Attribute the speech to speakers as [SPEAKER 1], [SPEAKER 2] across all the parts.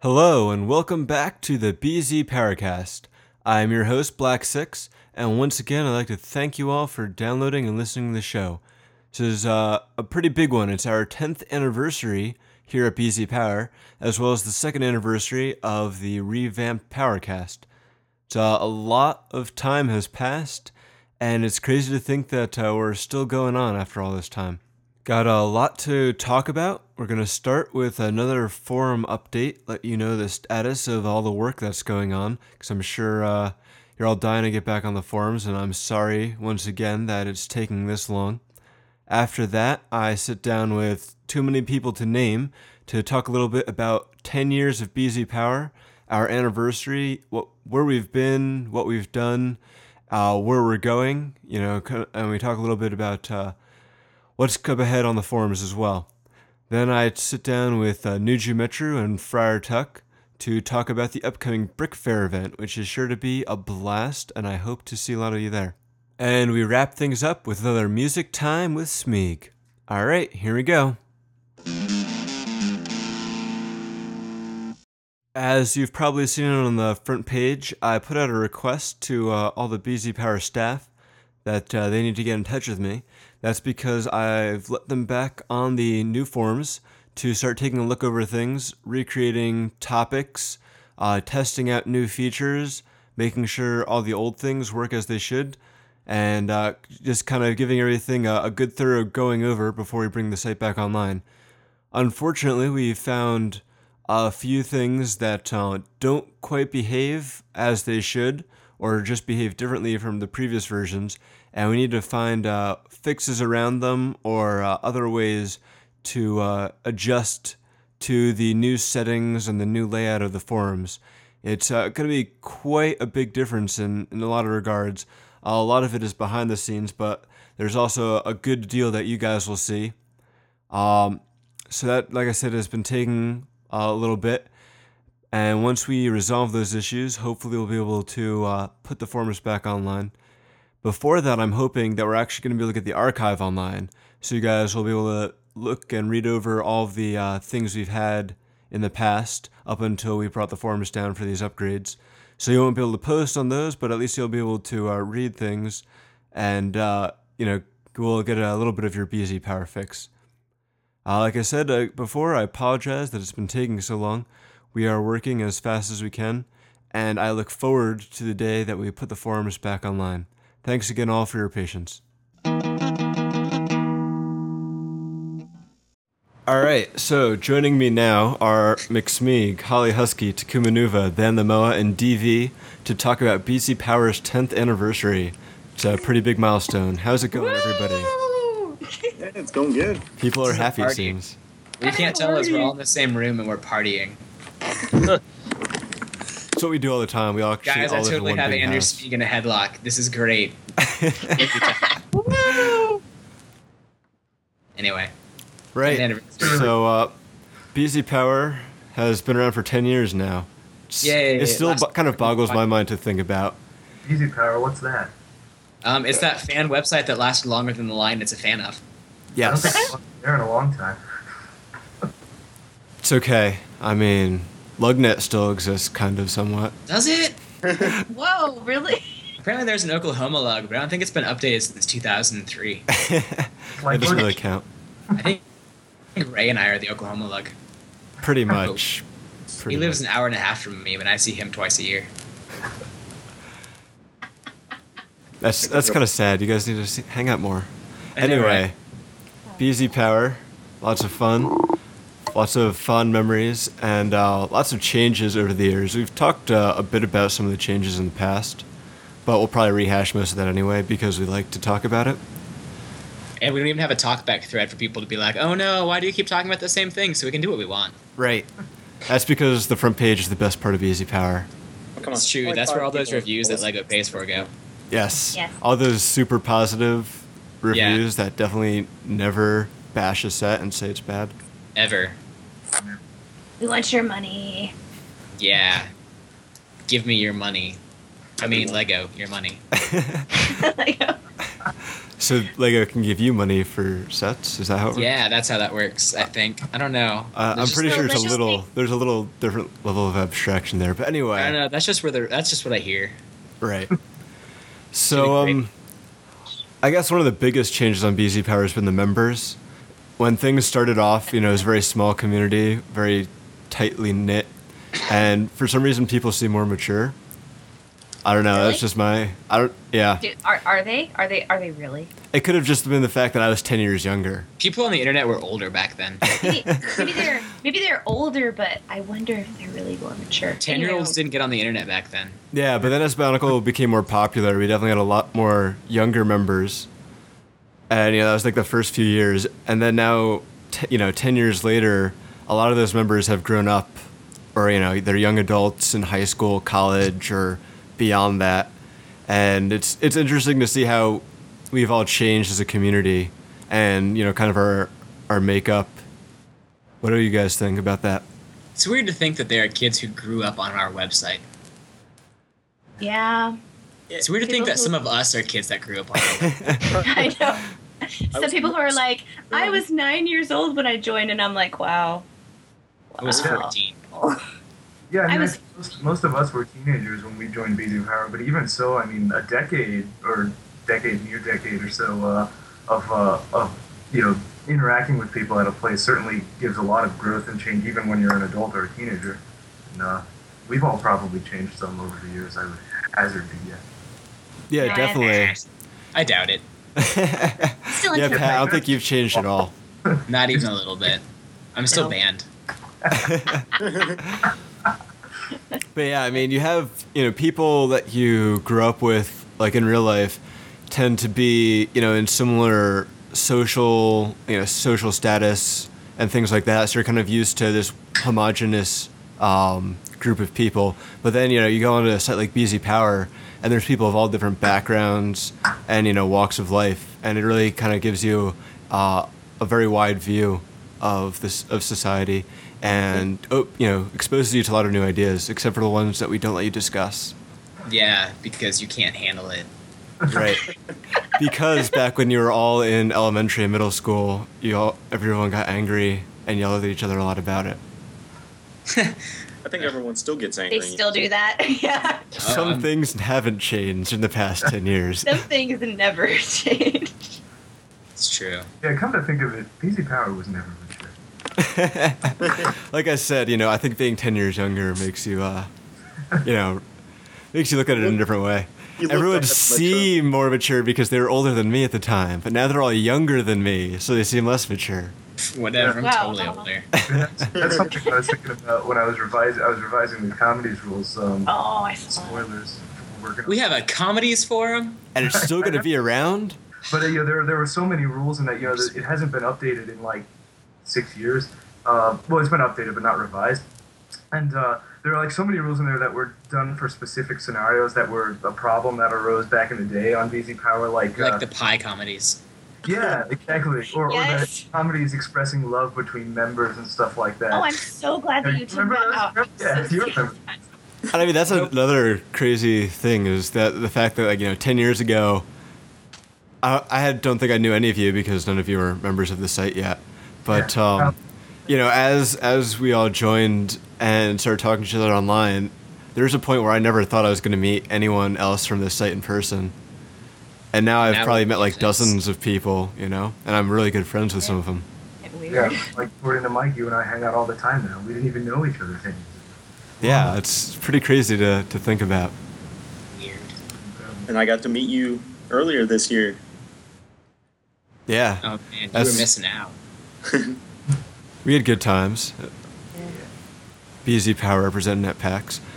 [SPEAKER 1] Hello, and welcome back to the BZ Paracast. I'm your host, Black Six, and once again, I'd like to thank you all for downloading and listening to the show. This is uh, a pretty big one. It's our 10th anniversary here at BZ Power, as well as the second anniversary of the revamped Powercast. So, uh, a lot of time has passed, and it's crazy to think that uh, we're still going on after all this time. Got a lot to talk about. We're going to start with another forum update, let you know the status of all the work that's going on, because I'm sure uh, you're all dying to get back on the forums, and I'm sorry once again that it's taking this long. After that, I sit down with too many people to name to talk a little bit about 10 years of BZ Power, our anniversary, what, where we've been, what we've done, uh, where we're going, you know, co- and we talk a little bit about uh, what's come ahead on the forums as well. Then I sit down with uh, Nuju Metru and Friar Tuck to talk about the upcoming Brick Fair event, which is sure to be a blast, and I hope to see a lot of you there. And we wrap things up with another music time with Smeeg. All right, here we go. As you've probably seen it on the front page, I put out a request to uh, all the BZ Power staff that uh, they need to get in touch with me. That's because I've let them back on the new forums to start taking a look over things, recreating topics, uh, testing out new features, making sure all the old things work as they should, and uh, just kind of giving everything a, a good thorough going over before we bring the site back online. Unfortunately, we found a few things that uh, don't quite behave as they should, or just behave differently from the previous versions, and we need to find uh, fixes around them or uh, other ways to uh, adjust to the new settings and the new layout of the forums. It's uh, going to be quite a big difference in, in a lot of regards. a lot of it is behind the scenes, but there's also a good deal that you guys will see. Um, so that, like I said, has been taking a little bit. And once we resolve those issues, hopefully we'll be able to uh, put the forums back online. Before that, I'm hoping that we're actually going to be looking at the archive online, so you guys will be able to look and read over all of the uh, things we've had in the past up until we brought the forums down for these upgrades. So you won't be able to post on those, but at least you'll be able to uh, read things, and uh, you know we'll get a little bit of your BZ power fix. Uh, like I said uh, before, I apologize that it's been taking so long. We are working as fast as we can, and I look forward to the day that we put the forums back online. Thanks again, all, for your patience. All right, so joining me now are McSmeeg, Holly Husky, Takuma Nuva, Dan the Moa, and DV to talk about BC Power's 10th anniversary. It's a pretty big milestone. How's it going, everybody?
[SPEAKER 2] Yeah, it's going good.
[SPEAKER 1] People are happy, it
[SPEAKER 3] party.
[SPEAKER 1] seems.
[SPEAKER 3] We can't tell us we're all in the same room and we're partying.
[SPEAKER 1] It's what we do all the time. We all actually
[SPEAKER 3] Guys,
[SPEAKER 1] all
[SPEAKER 3] I
[SPEAKER 1] live in
[SPEAKER 3] totally
[SPEAKER 1] one
[SPEAKER 3] have
[SPEAKER 1] big
[SPEAKER 3] Andrew
[SPEAKER 1] house.
[SPEAKER 3] Speak in a headlock. This is great. Anyway,
[SPEAKER 1] Right.
[SPEAKER 3] anniversary.
[SPEAKER 1] So, uh, BZ Power has been around for 10 years now. It's,
[SPEAKER 3] Yay.
[SPEAKER 1] it still
[SPEAKER 3] Last-
[SPEAKER 1] bo- kind of boggles my mind to think about.
[SPEAKER 4] Easy power, what's that?
[SPEAKER 3] um, it's that fan website that lasted longer than the line it's a fan of.
[SPEAKER 4] I don't think I've been there in a long time.
[SPEAKER 1] It's okay. I mean, Lugnet still exists, kind of somewhat.
[SPEAKER 3] Does it?
[SPEAKER 5] Whoa, really?
[SPEAKER 3] Apparently, there's an Oklahoma log, but I don't think it's been updated since 2003.
[SPEAKER 1] it
[SPEAKER 4] Like,
[SPEAKER 1] doesn't
[SPEAKER 4] what-
[SPEAKER 1] really count.
[SPEAKER 3] I think Ray and I are the Oklahoma lug.
[SPEAKER 1] Pretty much. Pretty
[SPEAKER 3] he lives
[SPEAKER 1] much.
[SPEAKER 3] an hour and a half from me, but I see him twice a year.
[SPEAKER 1] That's, that's kind of sad. You guys need to see, hang out more. Anyway,
[SPEAKER 3] Anyway.
[SPEAKER 1] BZ Power, lots of fun, lots of fond memories, and uh, lots of changes over the years. We've talked uh, a bit about some of the changes in the past, but we'll probably rehash most of that anyway because we like to talk about it.
[SPEAKER 3] And we don't even have a talkback thread for people to be like, oh no, why do you keep talking about the same thing? So we can do what we want.
[SPEAKER 1] Right. That's because the front page is the best part of BZ Power.
[SPEAKER 6] Come
[SPEAKER 3] It's true.
[SPEAKER 6] Only
[SPEAKER 3] That's
[SPEAKER 6] five
[SPEAKER 3] where all those
[SPEAKER 6] people
[SPEAKER 3] reviews that
[SPEAKER 6] listen.
[SPEAKER 3] Lego pays for go.
[SPEAKER 1] Yes.
[SPEAKER 5] Yes.
[SPEAKER 1] All those super positive
[SPEAKER 3] Yeah.
[SPEAKER 1] reviews that definitely never bash a set and say it's bad.
[SPEAKER 3] Ever.
[SPEAKER 5] We want your money.
[SPEAKER 3] Yeah. Give me your money. I mean, Lego, your money.
[SPEAKER 5] Like,
[SPEAKER 1] So Lego can give you money for sets. Is that how? It works?
[SPEAKER 3] Yeah, that's how that works. I think. I don't know.
[SPEAKER 1] Uh, I'm
[SPEAKER 3] There's
[SPEAKER 1] pretty
[SPEAKER 3] just-
[SPEAKER 1] sure it's a
[SPEAKER 5] Let's just
[SPEAKER 1] little.
[SPEAKER 5] make-
[SPEAKER 1] There's a little different level of abstraction there, but anyway.
[SPEAKER 3] I don't know. That's just where the. That's just what I hear.
[SPEAKER 1] Right. So,
[SPEAKER 3] Really great.
[SPEAKER 1] um, I guess one of the biggest changes on BZ Power has been the members. When things started off, you know, it was a very small community, very tightly knit, and for some reason, people seem more mature. I don't know.
[SPEAKER 5] Really?
[SPEAKER 1] That's just my. I don't.
[SPEAKER 3] Ah.
[SPEAKER 1] Yeah.
[SPEAKER 5] Do, are, are they? Are they? Are they really?
[SPEAKER 1] It could have just been the fact that I was ten years younger.
[SPEAKER 3] People on the internet were older back then.
[SPEAKER 5] Maybe, maybe they're maybe they're older, but I wonder if they're really more mature.
[SPEAKER 3] Ten year olds
[SPEAKER 5] Anyway,
[SPEAKER 3] didn't get on the internet back then.
[SPEAKER 1] Yeah, but then as Bionicle became more popular, we definitely had a lot more younger members. And, you know, that was like the first few years. And then now, t- you know, 10 years later, a lot of those members have grown up or, you know, they're young adults in high school, college, or beyond that. And it's, it's interesting to see how we've all changed as a community and, you know, kind of our, our makeup. What do you guys think about that?
[SPEAKER 3] It's weird to think that there are kids who grew up on our website.
[SPEAKER 5] Yeah,
[SPEAKER 3] It's weird to think that
[SPEAKER 5] People
[SPEAKER 3] some
[SPEAKER 5] who-
[SPEAKER 3] of us are kids that grew up on our website.
[SPEAKER 5] I know. Some
[SPEAKER 2] was-
[SPEAKER 5] people who are like, I
[SPEAKER 3] um,
[SPEAKER 5] was nine years old when I joined, and I'm like, wow.
[SPEAKER 3] I was
[SPEAKER 5] Wow.
[SPEAKER 3] 14.
[SPEAKER 4] Yeah, I
[SPEAKER 5] I
[SPEAKER 4] mean,
[SPEAKER 5] was-
[SPEAKER 4] most, most of us were teenagers when we joined BZ Power, but even so, I mean, a decade or decade, new decade or so uh, of, uh, of, you know, interacting with people at a place certainly gives a lot of growth and change, even when you're an adult or a teenager. And uh, we've all probably changed some over the years, I would hazard to guess.
[SPEAKER 1] Yeah,
[SPEAKER 5] Yeah,
[SPEAKER 1] definitely.
[SPEAKER 3] I doubt it.
[SPEAKER 5] Still
[SPEAKER 1] yeah,
[SPEAKER 5] into
[SPEAKER 1] Pat, I don't think you've changed at all.
[SPEAKER 3] Not even a little bit. I'm still
[SPEAKER 5] No.
[SPEAKER 3] banned.
[SPEAKER 1] But yeah, I mean, you have you know people that you grew up with, like in real life, tend to be you know in similar social you know social status and things like that. So you're kind of used to this homogenous um, group of people. But then you know you go onto a site like BZ Power, and there's people of all different backgrounds and you know walks of life, and it really kind of gives you uh, a very wide view of this of society and oh, you know exposes you to a lot of new ideas except for the ones that we don't let you discuss
[SPEAKER 3] Yeah, because you can't handle it.
[SPEAKER 1] right because back when you were all in elementary and middle school you all everyone got angry and yelled at each other a lot about it
[SPEAKER 2] I think everyone still gets angry.
[SPEAKER 5] They still do that. yeah,
[SPEAKER 1] some
[SPEAKER 3] Um,
[SPEAKER 1] things haven't changed in the past 10 years
[SPEAKER 5] some things never change.
[SPEAKER 3] It's true.
[SPEAKER 4] Yeah, come to think of it, BZ Power was never mature.
[SPEAKER 1] like i said you know i think being 10 years younger makes you uh you know makes you look at it in a different way
[SPEAKER 2] You look
[SPEAKER 1] Everyone
[SPEAKER 2] like that's mature.
[SPEAKER 1] seemed more mature because they were older than me at the time, but now they're all younger than me, so they seem less mature.
[SPEAKER 3] Pff, Whatever. I'm
[SPEAKER 5] Wow.
[SPEAKER 3] totally
[SPEAKER 4] Oh
[SPEAKER 3] older.
[SPEAKER 4] That's something I was thinking about when I was revising. I was revising the comedies rules. Um,
[SPEAKER 5] Oh, I saw. that.
[SPEAKER 4] Spoilers. We're gonna,
[SPEAKER 3] We have a comedies forum.
[SPEAKER 1] And it's still going to be around?
[SPEAKER 4] but uh, you know, there there were so many rules in that. You know, that it hasn't been updated in like six years. Uh, well, it's been updated but not revised. And uh, there are like so many rules in there that were done for specific scenarios that were a problem that arose back in the day on BZ Power. Like, uh,
[SPEAKER 3] Like the pie comedies.
[SPEAKER 4] yeah, exactly. Or,
[SPEAKER 5] Yes.
[SPEAKER 4] or the comedies expressing love between members and stuff like that.
[SPEAKER 5] Oh, I'm so glad that you took
[SPEAKER 4] Remember
[SPEAKER 5] that
[SPEAKER 4] those?
[SPEAKER 5] out. I'm
[SPEAKER 4] Yeah,
[SPEAKER 5] so
[SPEAKER 4] you remember.
[SPEAKER 5] serious.
[SPEAKER 1] And I mean, that's another crazy thing is that the fact that like you know, ten years ago, I, I had, don't think I knew any of you because none of you were members of the site yet. But
[SPEAKER 4] Yeah.
[SPEAKER 1] um, you know, as as we all joined and started talking to each other online, there was a point where I never thought I was going to meet anyone else from this site in person. And now I've
[SPEAKER 3] Now
[SPEAKER 1] probably
[SPEAKER 3] it
[SPEAKER 1] met like
[SPEAKER 3] makes sense.
[SPEAKER 1] dozens of people, you know, and I'm really good friends with some of them.
[SPEAKER 5] Weird.
[SPEAKER 4] Yeah, like according to Mike, you and I hang out all the time now. We didn't even know each other then.
[SPEAKER 1] Yeah, it's pretty crazy to, to think about.
[SPEAKER 3] Weird.
[SPEAKER 2] And I got to meet you earlier this year.
[SPEAKER 1] Yeah,
[SPEAKER 3] Oh man, you
[SPEAKER 1] That's-
[SPEAKER 3] were missing out.
[SPEAKER 1] We had good times. BZ Power representing at PAX.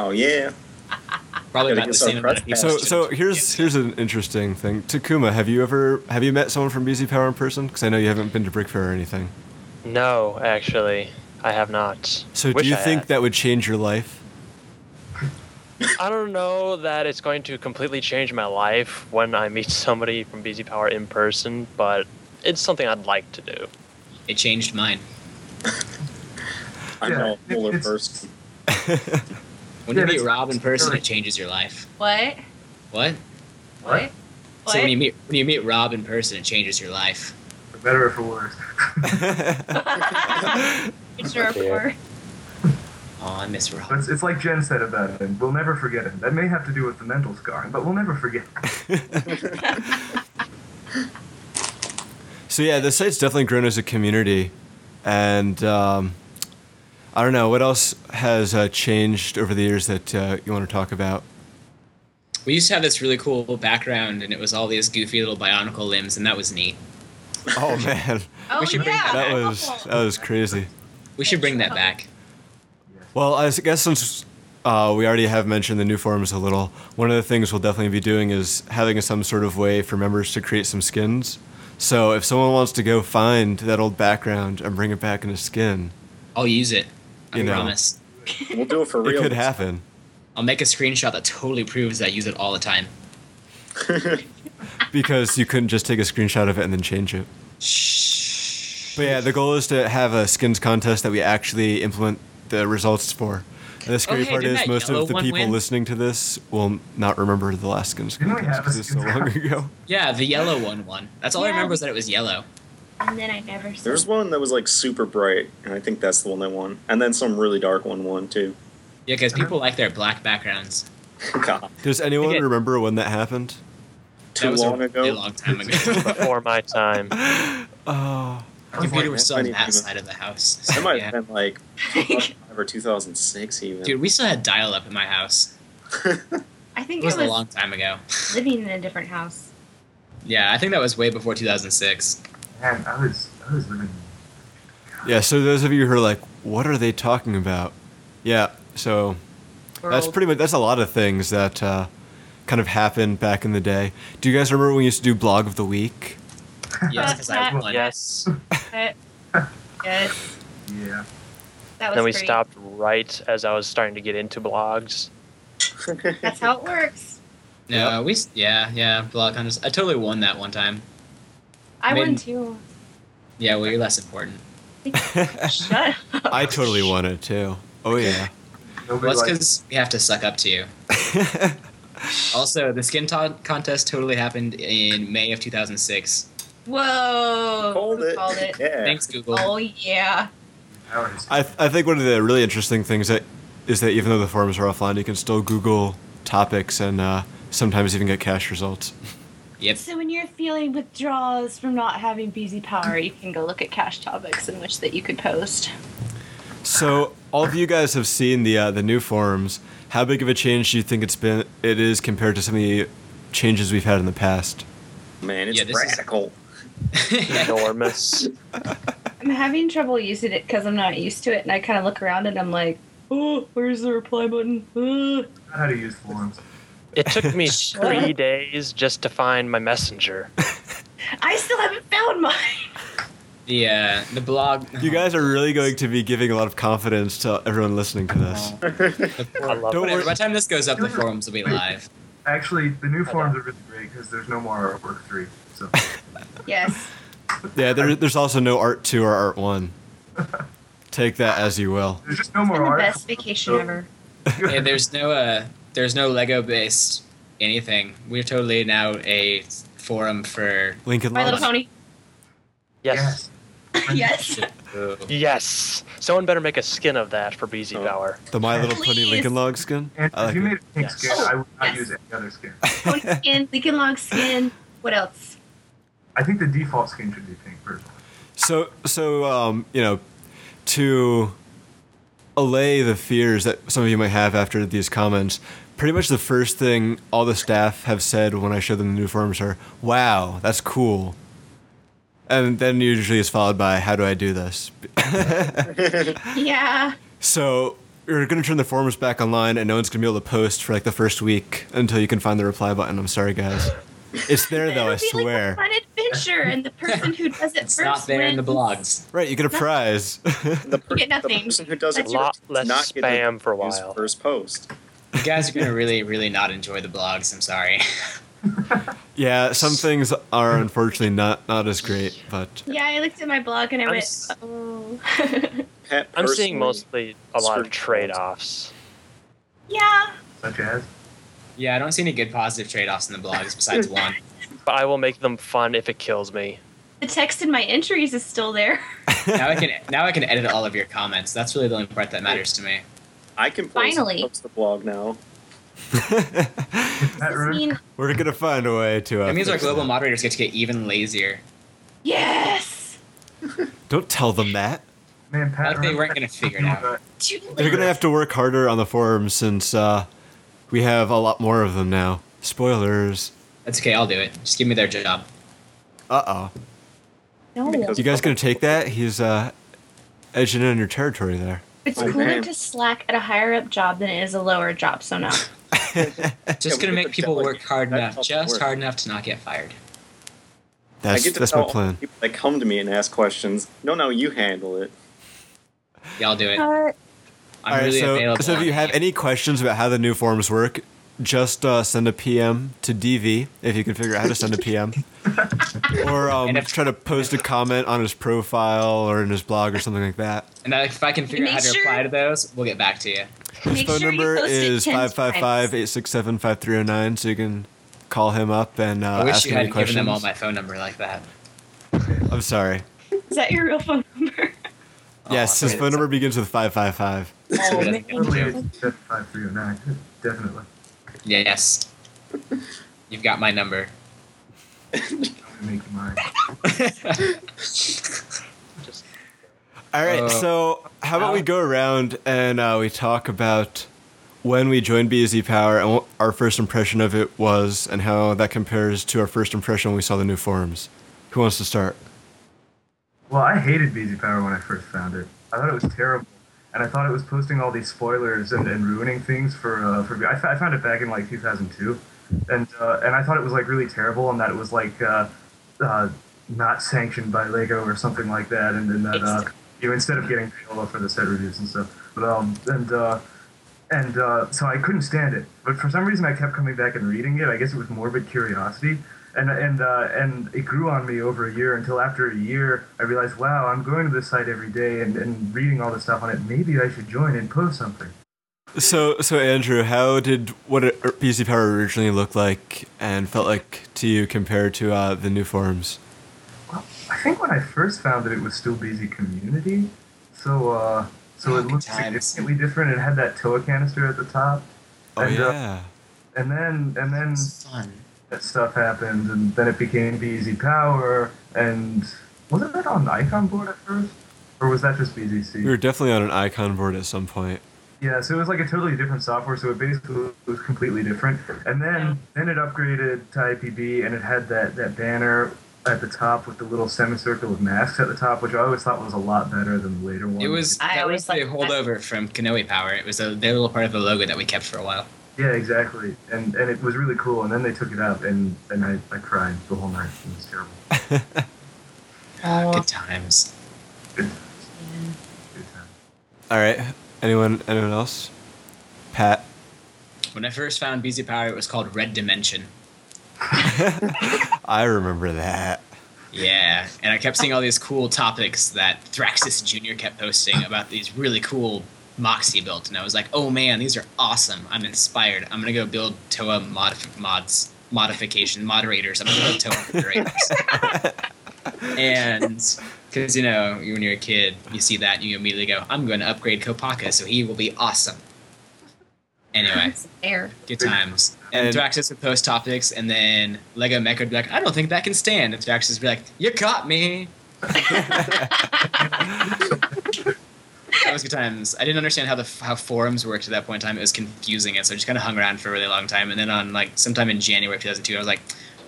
[SPEAKER 2] Oh yeah.
[SPEAKER 3] Probably
[SPEAKER 2] Gotta
[SPEAKER 3] about
[SPEAKER 2] get
[SPEAKER 3] the
[SPEAKER 2] some
[SPEAKER 3] same amount of people.
[SPEAKER 2] press
[SPEAKER 1] So,
[SPEAKER 2] Yes.
[SPEAKER 1] so here's here's an interesting thing. Takuma, have you ever have you met someone from BZ Power in person? Because I know you haven't been to Brick Fair or anything.
[SPEAKER 6] No, actually, I have not.
[SPEAKER 1] So,
[SPEAKER 6] Wish
[SPEAKER 1] do you
[SPEAKER 6] I
[SPEAKER 1] think
[SPEAKER 6] had.
[SPEAKER 1] that would change your life?
[SPEAKER 6] I don't know that it's going to completely change my life when I meet somebody from BZ Power in person, but it's something I'd like to do.
[SPEAKER 3] It changed mine.
[SPEAKER 2] I'm
[SPEAKER 4] Yeah,
[SPEAKER 2] all
[SPEAKER 4] it-
[SPEAKER 2] polar
[SPEAKER 4] it's-
[SPEAKER 2] first.
[SPEAKER 3] When
[SPEAKER 4] Yeah,
[SPEAKER 3] you meet
[SPEAKER 4] that's-
[SPEAKER 3] Rob in person,
[SPEAKER 4] really-
[SPEAKER 3] it changes your life.
[SPEAKER 5] What?
[SPEAKER 3] What?
[SPEAKER 4] What?
[SPEAKER 5] What?
[SPEAKER 3] So when you meet when you meet Rob in person, it changes your life.
[SPEAKER 4] For better or for worse.
[SPEAKER 5] Which are
[SPEAKER 7] Okay.
[SPEAKER 5] for-
[SPEAKER 3] Oh, I miss Rob.
[SPEAKER 4] It's, it's like Jen said about him. We'll never forget him. That may have to do with the mental scarring, but we'll never forget.
[SPEAKER 1] so yeah, the site's definitely grown as a community, and um, I don't know what else has uh, changed over the years that uh, you want to talk about.
[SPEAKER 3] We used to have this really cool background, and it was all these goofy little bionicle limbs, and that was neat.
[SPEAKER 1] Oh man,
[SPEAKER 5] Oh,
[SPEAKER 3] should bring
[SPEAKER 5] yeah.
[SPEAKER 1] that was that was crazy.
[SPEAKER 3] We should bring that back.
[SPEAKER 1] Well, I s- guess since uh, we already have mentioned the new forums a little, one of the things we'll definitely be doing is having some sort of way for members to create some skins. So if someone wants to go find that old background and bring it back in a skin,
[SPEAKER 3] I'll use it. I
[SPEAKER 1] You know.
[SPEAKER 3] promise.
[SPEAKER 2] We'll do it for
[SPEAKER 1] it
[SPEAKER 2] real.
[SPEAKER 1] could happen.
[SPEAKER 3] I'll make a screenshot that totally proves that I use it all the time.
[SPEAKER 1] Because you couldn't just take a screenshot of it and then change it.
[SPEAKER 3] Shh.
[SPEAKER 1] But yeah, the goal is to have a skins contest that we actually implement the results for. And the scary
[SPEAKER 3] hey,
[SPEAKER 1] part
[SPEAKER 3] didn't
[SPEAKER 1] is
[SPEAKER 3] that
[SPEAKER 1] most
[SPEAKER 3] yellow
[SPEAKER 1] of the
[SPEAKER 3] one
[SPEAKER 1] people
[SPEAKER 3] win?
[SPEAKER 1] listening to this will not remember the last skins
[SPEAKER 4] Didn't we
[SPEAKER 1] contest
[SPEAKER 4] have a
[SPEAKER 1] 'cause it's so
[SPEAKER 4] skins
[SPEAKER 1] long
[SPEAKER 4] contest?
[SPEAKER 1] ago.
[SPEAKER 3] Yeah, the yellow one won. That's all I
[SPEAKER 5] Yeah.
[SPEAKER 3] remember was that it was yellow.
[SPEAKER 5] And then I never saw
[SPEAKER 2] There's one that was like super bright, and I think that's the one that won. And then some really dark one won too.
[SPEAKER 3] Yeah, because
[SPEAKER 4] Uh-huh.
[SPEAKER 3] people like their black backgrounds.
[SPEAKER 2] God,
[SPEAKER 1] Does anyone
[SPEAKER 6] Okay.
[SPEAKER 1] remember when that happened?
[SPEAKER 2] too
[SPEAKER 3] that was
[SPEAKER 2] long
[SPEAKER 3] a
[SPEAKER 2] ago.
[SPEAKER 3] really long time ago.
[SPEAKER 6] before my time.
[SPEAKER 1] Oh.
[SPEAKER 3] My computer was still on
[SPEAKER 2] I didn't
[SPEAKER 3] that
[SPEAKER 2] even-
[SPEAKER 3] side of the house.
[SPEAKER 2] That might
[SPEAKER 3] Yeah.
[SPEAKER 2] have been like
[SPEAKER 5] it.
[SPEAKER 2] 2005 or 2006 even.
[SPEAKER 3] Dude, we still had dial up in my house.
[SPEAKER 5] I think
[SPEAKER 3] It
[SPEAKER 5] it
[SPEAKER 3] was
[SPEAKER 5] was
[SPEAKER 3] a long time ago.
[SPEAKER 5] living in a different house.
[SPEAKER 3] Yeah, I think that was way before 2006.
[SPEAKER 4] Man, I was, I was living.
[SPEAKER 1] Yeah, so those of you who are like, what are they talking about? Yeah, so that's pretty much that's a lot of things that uh, kind of happened back in the day. Do you guys remember when we used to do blog of the week?
[SPEAKER 3] Yes, because I won.
[SPEAKER 6] Yes.
[SPEAKER 5] But, yes,
[SPEAKER 4] Yeah.
[SPEAKER 5] that was
[SPEAKER 6] Then we
[SPEAKER 5] great.
[SPEAKER 6] stopped right as I was starting to get into blogs.
[SPEAKER 5] That's how it works.
[SPEAKER 3] No, we s- yeah yeah blog hunters. I totally won that one time.
[SPEAKER 5] I
[SPEAKER 3] Maybe-
[SPEAKER 5] won too.
[SPEAKER 3] Yeah, well you're less important.
[SPEAKER 5] Shut up.
[SPEAKER 1] I totally wanted to. Oh yeah.
[SPEAKER 4] Nobody
[SPEAKER 3] Well, that's
[SPEAKER 4] liked
[SPEAKER 3] because we have to suck up to you. Also, the skin to- contest totally happened in May of 2006.
[SPEAKER 5] Whoa.
[SPEAKER 2] Called
[SPEAKER 5] Who
[SPEAKER 2] it.
[SPEAKER 5] Called it.
[SPEAKER 2] Yeah.
[SPEAKER 3] Thanks Google.
[SPEAKER 5] Oh yeah.
[SPEAKER 4] ours.
[SPEAKER 1] I I think one of the really interesting things that is that even though the forums are offline, you can still Google topics and uh, sometimes even get cache results.
[SPEAKER 3] Yep.
[SPEAKER 5] So when you're feeling withdrawals from not having busy power, you can go look at cash topics and wish that you could post.
[SPEAKER 1] So all of you guys have seen the uh, the new forums. How big of a change do you think it's been? It is compared to some of the changes we've had in the past.
[SPEAKER 2] Man, it's
[SPEAKER 3] Yeah, this is-
[SPEAKER 2] radical.
[SPEAKER 6] Enormous.
[SPEAKER 5] I'm having trouble using it because I'm not used to it, and I kind of look around and I'm like, oh, where's the reply button? Uh.
[SPEAKER 4] I know how to use forms.
[SPEAKER 6] It took me
[SPEAKER 5] up.
[SPEAKER 6] three days just to find my messenger.
[SPEAKER 5] I still haven't found mine.
[SPEAKER 3] the uh, the blog.
[SPEAKER 1] You guys are really going to be giving a lot of confidence to everyone listening to this.
[SPEAKER 3] The
[SPEAKER 6] I
[SPEAKER 3] forum,
[SPEAKER 6] love
[SPEAKER 1] Don't
[SPEAKER 6] it.
[SPEAKER 3] whatever, by the time this goes up, the forums will be live.
[SPEAKER 4] Actually, the new
[SPEAKER 6] I
[SPEAKER 4] forms are really great because there's no more artwork three. So
[SPEAKER 5] Yes.
[SPEAKER 1] Yeah, there, there's also no art two or art one. Take that as you will.
[SPEAKER 4] there's just no
[SPEAKER 5] It's
[SPEAKER 4] more
[SPEAKER 5] been the
[SPEAKER 4] art.
[SPEAKER 5] best vacation
[SPEAKER 4] so-
[SPEAKER 5] ever.
[SPEAKER 3] Yeah, there's no uh, there's no Lego based anything. We're totally now a forum for.
[SPEAKER 1] Lincoln
[SPEAKER 5] My Little
[SPEAKER 1] Logs.
[SPEAKER 5] Pony.
[SPEAKER 6] Yes.
[SPEAKER 5] yes.
[SPEAKER 6] Yes. Someone better make a skin of that for BZ
[SPEAKER 2] Oh.
[SPEAKER 6] Power.
[SPEAKER 1] The My Little Pony
[SPEAKER 5] Please.
[SPEAKER 1] Lincoln Log skin.
[SPEAKER 4] And
[SPEAKER 1] I
[SPEAKER 4] if
[SPEAKER 1] like
[SPEAKER 4] you
[SPEAKER 1] it.
[SPEAKER 4] made a pink
[SPEAKER 6] Yes.
[SPEAKER 4] skin, I would not
[SPEAKER 5] Yes.
[SPEAKER 4] use any other skin.
[SPEAKER 5] Pony skin, Lincoln Log skin. What else?
[SPEAKER 4] I think the default skin should be pink personally.
[SPEAKER 1] So, so um, you know, to allay the fears that some of you might have after these comments, pretty much the first thing all the staff have said when I show them the new forms are, "Wow, that's cool," and then usually is followed by, "How do I do this?"
[SPEAKER 5] Yeah.
[SPEAKER 1] So you're gonna turn the forums back online, and no one's gonna be able to post for like the first week until you can find the reply button. I'm sorry, guys. It's there though, Oh, I
[SPEAKER 5] It'll be
[SPEAKER 1] swear.
[SPEAKER 5] Like a fun adventure, and the person who does it
[SPEAKER 3] It's
[SPEAKER 5] first
[SPEAKER 3] not there in the
[SPEAKER 5] wins.
[SPEAKER 3] blogs.
[SPEAKER 1] Right, you get a prize.
[SPEAKER 2] The, per-
[SPEAKER 5] You get
[SPEAKER 2] the
[SPEAKER 5] nothing.
[SPEAKER 2] person who does it
[SPEAKER 5] That's
[SPEAKER 6] A lot
[SPEAKER 2] first does
[SPEAKER 6] less
[SPEAKER 2] not get to
[SPEAKER 6] spam for a
[SPEAKER 2] use
[SPEAKER 6] while.
[SPEAKER 2] First post.
[SPEAKER 3] You guys are gonna really, really not enjoy the blogs. I'm sorry.
[SPEAKER 1] yeah, some things are unfortunately not not as great, but
[SPEAKER 5] Yeah, I looked at my blog and I
[SPEAKER 6] I'm
[SPEAKER 5] went,
[SPEAKER 6] s-
[SPEAKER 5] oh.
[SPEAKER 2] Pat
[SPEAKER 6] I'm seeing
[SPEAKER 2] personally-
[SPEAKER 6] mostly a lot of
[SPEAKER 2] screwed.
[SPEAKER 6] trade offs.
[SPEAKER 5] yeah.
[SPEAKER 4] Such as
[SPEAKER 3] Yeah, I don't see any good positive trade offs in the blogs besides one.
[SPEAKER 6] but I will make them fun if it kills me.
[SPEAKER 5] The text in my entries is still there.
[SPEAKER 3] now I can now I can edit all of your comments. That's really the only part that matters to me.
[SPEAKER 2] I can post,
[SPEAKER 5] Finally.
[SPEAKER 2] post the blog now.
[SPEAKER 4] That
[SPEAKER 5] Does this mean
[SPEAKER 1] We're gonna find a way to. Uh,
[SPEAKER 3] That means our
[SPEAKER 1] fix
[SPEAKER 3] global moderators get to get even lazier.
[SPEAKER 5] yes?
[SPEAKER 1] Don't tell them that.
[SPEAKER 4] man, Pat.
[SPEAKER 3] But they
[SPEAKER 4] remember
[SPEAKER 3] weren't
[SPEAKER 4] that
[SPEAKER 3] gonna figure it
[SPEAKER 4] thing
[SPEAKER 3] out.
[SPEAKER 4] about-
[SPEAKER 5] Too
[SPEAKER 1] They're
[SPEAKER 5] late.
[SPEAKER 1] gonna have to work harder on the forums since uh, we have a lot more of them now. Spoilers.
[SPEAKER 3] That's okay. I'll do it. Just give me their job.
[SPEAKER 1] Uh oh.
[SPEAKER 5] No,
[SPEAKER 2] Because-
[SPEAKER 1] You guys gonna take that? He's uh, edging in your territory there.
[SPEAKER 5] it's
[SPEAKER 2] Oh,
[SPEAKER 5] cooler
[SPEAKER 2] man.
[SPEAKER 5] to slack at a higher up job than it is a lower job. So no.
[SPEAKER 3] Just
[SPEAKER 2] Yeah,
[SPEAKER 3] gonna
[SPEAKER 2] we
[SPEAKER 3] make
[SPEAKER 2] could
[SPEAKER 3] people
[SPEAKER 2] tell,
[SPEAKER 3] work
[SPEAKER 2] like,
[SPEAKER 3] hard
[SPEAKER 2] that
[SPEAKER 3] enough,
[SPEAKER 2] helps
[SPEAKER 3] just
[SPEAKER 2] work.
[SPEAKER 3] hard enough to not get fired.
[SPEAKER 2] I
[SPEAKER 1] That's
[SPEAKER 2] get to
[SPEAKER 1] that's
[SPEAKER 2] tell
[SPEAKER 1] my
[SPEAKER 2] all
[SPEAKER 1] plan.
[SPEAKER 2] the people that come to me and ask questions. No, no, you handle it.
[SPEAKER 3] Yeah, I'll do it. I'm
[SPEAKER 5] But
[SPEAKER 1] All right,
[SPEAKER 3] really
[SPEAKER 1] so,
[SPEAKER 3] available.
[SPEAKER 1] So if you have any questions about how the new forms work, just uh, send a PM to DV if you can figure out how to send a PM, or um,
[SPEAKER 3] And if-
[SPEAKER 1] try to post a comment on his profile or in his blog or something like that.
[SPEAKER 3] and I- if I can figure out
[SPEAKER 5] Make
[SPEAKER 3] how to
[SPEAKER 5] sure-
[SPEAKER 3] reply to those, we'll get back to you.
[SPEAKER 1] His
[SPEAKER 5] Make
[SPEAKER 1] phone
[SPEAKER 5] sure you
[SPEAKER 1] number
[SPEAKER 5] post it
[SPEAKER 1] is
[SPEAKER 5] 10 times.
[SPEAKER 1] 555-867-5309, so you can call him up and uh,
[SPEAKER 3] I wish
[SPEAKER 1] ask
[SPEAKER 3] you
[SPEAKER 1] him any
[SPEAKER 3] hadn't given
[SPEAKER 1] questions.
[SPEAKER 3] them all my phone number like that.
[SPEAKER 1] I'm sorry.
[SPEAKER 5] is that your real phone number?
[SPEAKER 1] yes,
[SPEAKER 3] Oh,
[SPEAKER 1] his phone number begins with five five five.
[SPEAKER 5] Oh,
[SPEAKER 3] doesn't get
[SPEAKER 5] man.
[SPEAKER 4] Totally, it's 75309, Definitely.
[SPEAKER 3] Yes. You've got my number.
[SPEAKER 4] I'm gonna make mine.
[SPEAKER 6] Just
[SPEAKER 1] All right,
[SPEAKER 3] Uh,
[SPEAKER 1] so how about we
[SPEAKER 3] Alex?
[SPEAKER 1] go around and uh, we talk about when we joined BZ Power and what our first impression of it was, and how that compares to our first impression when we saw the new forums. Who wants to start?
[SPEAKER 4] Well, I hated BZ Power when I first found it. I thought it was terrible, and I thought it was posting all these spoilers and, and ruining things for uh, for. I, f- I found it back in like 2002, and uh, and I thought it was like really terrible, and that it was like uh, uh, not sanctioned by Lego or something like that, and then that uh, you know, instead of getting Payola for the set reviews and stuff, but um and. Uh, and uh, so I couldn't stand it. But for some reason, I kept coming back and reading it. I guess it was morbid curiosity, and and uh, and it grew on me over a year. Until after a year, I realized, wow, I'm going to this site every day and, and reading all this stuff on it. Maybe I should join and post something.
[SPEAKER 1] So, so Andrew, how did what it- or BZ Power originally looked like and felt like to you compared to uh, the new forums?
[SPEAKER 4] Well, I think when I first found it, it was still busy community, so uh, so it
[SPEAKER 3] Good
[SPEAKER 4] looked
[SPEAKER 3] times.
[SPEAKER 4] significantly different. It had that Toa canister at the top,
[SPEAKER 1] Oh
[SPEAKER 4] And, uh,
[SPEAKER 1] yeah,
[SPEAKER 4] and then and then
[SPEAKER 3] Fun.
[SPEAKER 4] that stuff happened, and then it became BZ Power, and wasn't that on the Icon board at first, or was that just BZC?
[SPEAKER 1] we were definitely on an icon board at some point.
[SPEAKER 4] Yeah, so it was like a totally different software, so it basically was completely different. And then then it upgraded to IPB, and it had that that banner at the top with the little semicircle of masks at the top, which I always thought was a lot better than the later one.
[SPEAKER 3] It was
[SPEAKER 5] I
[SPEAKER 3] that
[SPEAKER 5] always
[SPEAKER 3] was the
[SPEAKER 5] liked that.
[SPEAKER 3] holdover from Kanoe Power. It was a their little part of the logo that we kept for a while.
[SPEAKER 4] yeah, exactly, and and it was really cool. And then they took it out, and and I, I cried the whole night. It was terrible.
[SPEAKER 5] Oh.
[SPEAKER 3] Ah, Good times.
[SPEAKER 4] Good, good time.
[SPEAKER 1] All right, anyone, anyone else? Pat.
[SPEAKER 3] When I first found BZ Power, it was called Red Dimension.
[SPEAKER 1] I remember that.
[SPEAKER 3] Yeah, and I kept seeing all these cool topics that Thraxis Jr. kept posting about these really cool mocks he built, and I was like, oh man, these are awesome. I'm inspired. I'm gonna go build Toa modif- mods modification moderators. I'm gonna build Toa moderators. and because you know when you're a kid, you see that and you immediately go, I'm going to upgrade Kopaka, so he will be awesome. Anyway.
[SPEAKER 5] It's there.
[SPEAKER 3] Good times. And,
[SPEAKER 1] And-
[SPEAKER 3] Thraxis would post topics, and then Lego Mech would be like, I don't think that can stand. And Thraxis would be like, You caught me. that was good times. I didn't understand how the how forums worked at that point in time. It was confusing, and so I just kind of hung around for a really long time. And then on like sometime in January of 2002, I was like,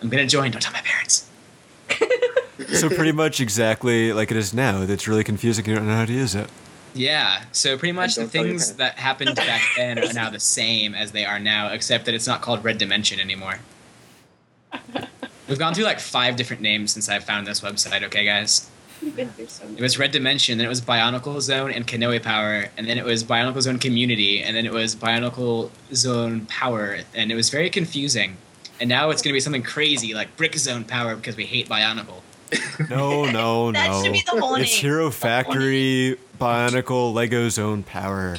[SPEAKER 3] I'm gonna join. Don't tell my parents.
[SPEAKER 1] so pretty much exactly like it is now. It's really confusing. You don't know how to use it.
[SPEAKER 3] Yeah. So pretty much the
[SPEAKER 2] don't tell your
[SPEAKER 3] things
[SPEAKER 2] parents.
[SPEAKER 3] that happened back then are now the same as they are now, except that it's not called Red Dimension anymore. We've gone through like five different names since I found this website. Okay, guys.
[SPEAKER 5] You've been through so
[SPEAKER 3] It
[SPEAKER 5] much.
[SPEAKER 3] was Red Dimension, then it was Bionicle Zone and Kanoe Power, and then it was Bionicle Zone Community, and then it was Bionicle Zone Power, and it was very confusing. And now it's going to be something crazy like Brick Zone Power because we hate Bionicle.
[SPEAKER 1] No, no,
[SPEAKER 5] That
[SPEAKER 1] no.
[SPEAKER 5] should be the whole
[SPEAKER 1] it's
[SPEAKER 5] name.
[SPEAKER 1] Hero Factory, Bionicle, Lego Zone Power.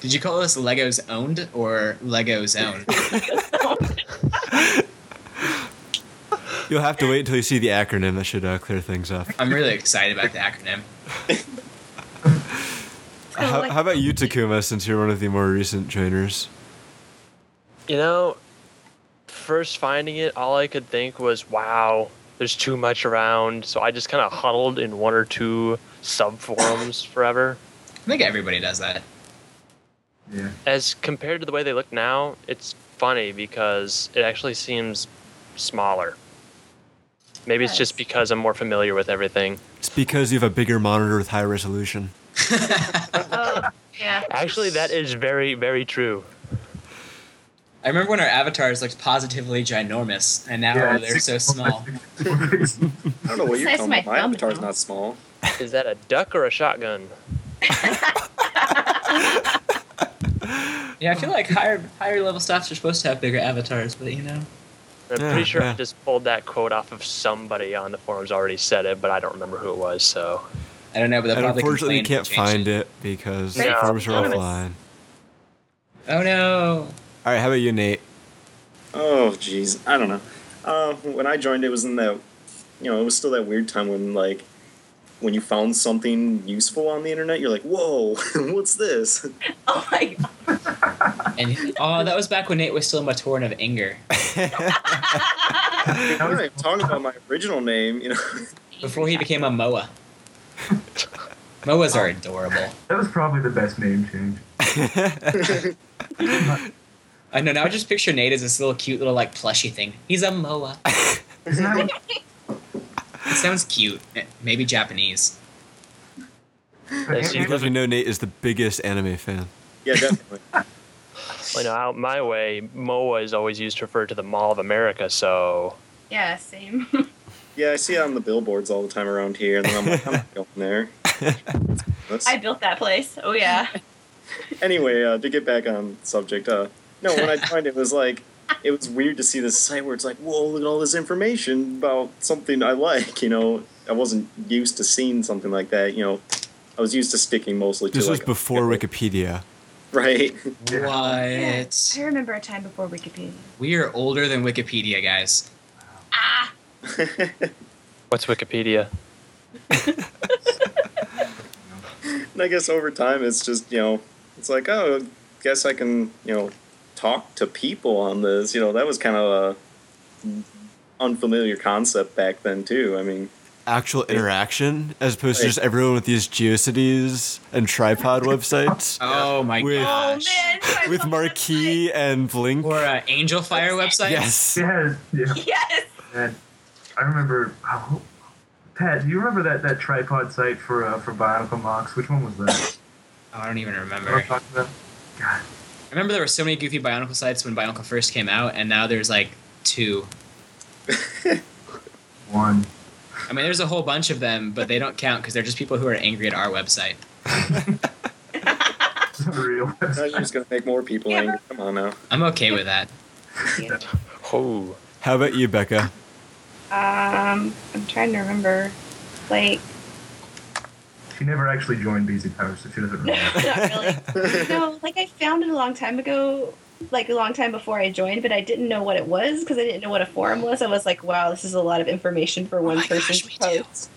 [SPEAKER 3] Did you call this Legos Owned or Lego Zone?
[SPEAKER 1] You'll have to wait until you see the acronym. That should uh, clear things up.
[SPEAKER 3] I'm really excited about the acronym.
[SPEAKER 5] I
[SPEAKER 1] How,
[SPEAKER 5] like-
[SPEAKER 1] how about you, Takuma, since you're one of the more recent joiners?
[SPEAKER 6] You know, first finding it, all I could think was, wow, there's too much around. So I just kind of huddled in one or two sub forums forever.
[SPEAKER 3] I think everybody does that.
[SPEAKER 4] Yeah.
[SPEAKER 6] As compared to the way they look now, it's funny because it actually seems smaller. Maybe it's just
[SPEAKER 5] Nice.
[SPEAKER 6] because I'm more familiar with everything.
[SPEAKER 1] It's because you have a bigger monitor with high resolution.
[SPEAKER 5] Oh, yeah.
[SPEAKER 6] Actually, that is very, very true.
[SPEAKER 3] I remember when our avatars looked positively ginormous, and now
[SPEAKER 4] yeah
[SPEAKER 3] Oh, they're so small.
[SPEAKER 2] I don't know what you're
[SPEAKER 5] Size
[SPEAKER 2] talking
[SPEAKER 5] my
[SPEAKER 2] about. My
[SPEAKER 5] thumb
[SPEAKER 2] avatar's
[SPEAKER 5] now.
[SPEAKER 2] not small.
[SPEAKER 6] Is that a duck or a shotgun?
[SPEAKER 3] Yeah, I feel like higher higher level staffs are supposed to have bigger avatars, but you know.
[SPEAKER 6] I'm
[SPEAKER 1] Yeah,
[SPEAKER 6] pretty sure
[SPEAKER 1] yeah.
[SPEAKER 6] I just pulled that quote off of somebody on the forums already said it, but I don't remember who it was, so.
[SPEAKER 3] I don't know, but they'll
[SPEAKER 1] And
[SPEAKER 3] probably
[SPEAKER 1] unfortunately, you
[SPEAKER 3] complain
[SPEAKER 1] can't
[SPEAKER 3] if we change
[SPEAKER 1] find it because the
[SPEAKER 6] Yeah.
[SPEAKER 1] forums are
[SPEAKER 5] Anonymous.
[SPEAKER 1] offline.
[SPEAKER 3] Oh no!
[SPEAKER 1] All right, how about you, Nate?
[SPEAKER 2] Oh, jeez. I don't know. Uh, when I joined, it was in that, you know, it was still that weird time when, like, when you found something useful on the internet, you're like, whoa, what's this?
[SPEAKER 5] Oh my god.
[SPEAKER 3] And oh, that was back when Nate was still in my torrent of anger
[SPEAKER 2] I don't even talk about my original name, you know.
[SPEAKER 3] before he became a Moa. Moas are adorable.
[SPEAKER 4] That was probably the best name change.
[SPEAKER 3] I know. Now I just picture Nate as this little cute little like plushy thing. He's a Moa.
[SPEAKER 4] Isn't that
[SPEAKER 3] It sounds cute. Eh, Maybe Japanese.
[SPEAKER 6] That's
[SPEAKER 4] Yeah.
[SPEAKER 1] Because we know Nate is the biggest anime fan.
[SPEAKER 2] yeah, definitely.
[SPEAKER 6] Well, you know, out my way, MOA is always used to refer to the Mall of America, so
[SPEAKER 5] Yeah, same.
[SPEAKER 2] Yeah, I see it on the billboards all the time around here, and then I'm like, I'm not going there. That's-
[SPEAKER 5] I built that place. Oh yeah.
[SPEAKER 2] anyway, uh, to get back on subject, uh, no, when I joined, it was like it was weird to see this site where it's like, whoa, look at all this information about something I like. You know, I wasn't used to seeing something like that. You know, I was used to sticking mostly
[SPEAKER 1] This
[SPEAKER 2] to
[SPEAKER 1] was
[SPEAKER 2] like,
[SPEAKER 1] before Wikipedia.
[SPEAKER 2] right?
[SPEAKER 4] Yeah.
[SPEAKER 5] I
[SPEAKER 3] What?
[SPEAKER 5] remember a time before Wikipedia.
[SPEAKER 3] We are older than Wikipedia, guys.
[SPEAKER 5] Ah,
[SPEAKER 6] what's Wikipedia?
[SPEAKER 2] and I guess over time, it's just you know, it's like, oh, guess I can you know talk to people on this. You know, that was kind of a unfamiliar concept back then too. I mean,
[SPEAKER 1] Actual interaction, as opposed to just everyone with these GeoCities and tripod websites
[SPEAKER 3] Oh my
[SPEAKER 1] With-
[SPEAKER 5] oh
[SPEAKER 3] gosh.
[SPEAKER 5] man. I
[SPEAKER 1] with
[SPEAKER 5] love that
[SPEAKER 1] Marquee and Blink.
[SPEAKER 3] Or uh, Angel Fire website.
[SPEAKER 1] Yes.
[SPEAKER 4] Yeah, yeah.
[SPEAKER 5] site. Yes.
[SPEAKER 4] And I remember. Oh, Pat, do you remember that, that tripod site for uh, for Bionicle Mox? Which one was that?
[SPEAKER 3] Oh, I don't even remember.
[SPEAKER 4] Remember talking about? God,
[SPEAKER 3] I remember there were so many goofy Bionicle sites when Bionicle first came out, and now there's like two.
[SPEAKER 4] one.
[SPEAKER 3] I mean, there's a whole bunch of them, but they don't count because they're just people who are angry at our website.
[SPEAKER 4] It's not real.
[SPEAKER 2] I was just gonna make more people angry. Come on now.
[SPEAKER 3] I'm okay with that.
[SPEAKER 6] Oh,
[SPEAKER 1] How about you, Becca?
[SPEAKER 5] Um, I'm trying to remember. Like,
[SPEAKER 4] she never actually joined BZ Power, so she doesn't remember.
[SPEAKER 5] not really. no, like I found it a long time ago, like a long time before I joined, but I didn't know what it was because I didn't know what a forum was. I was like, wow, this is a lot of information for one
[SPEAKER 3] Oh my gosh,
[SPEAKER 5] person
[SPEAKER 3] me
[SPEAKER 5] to post.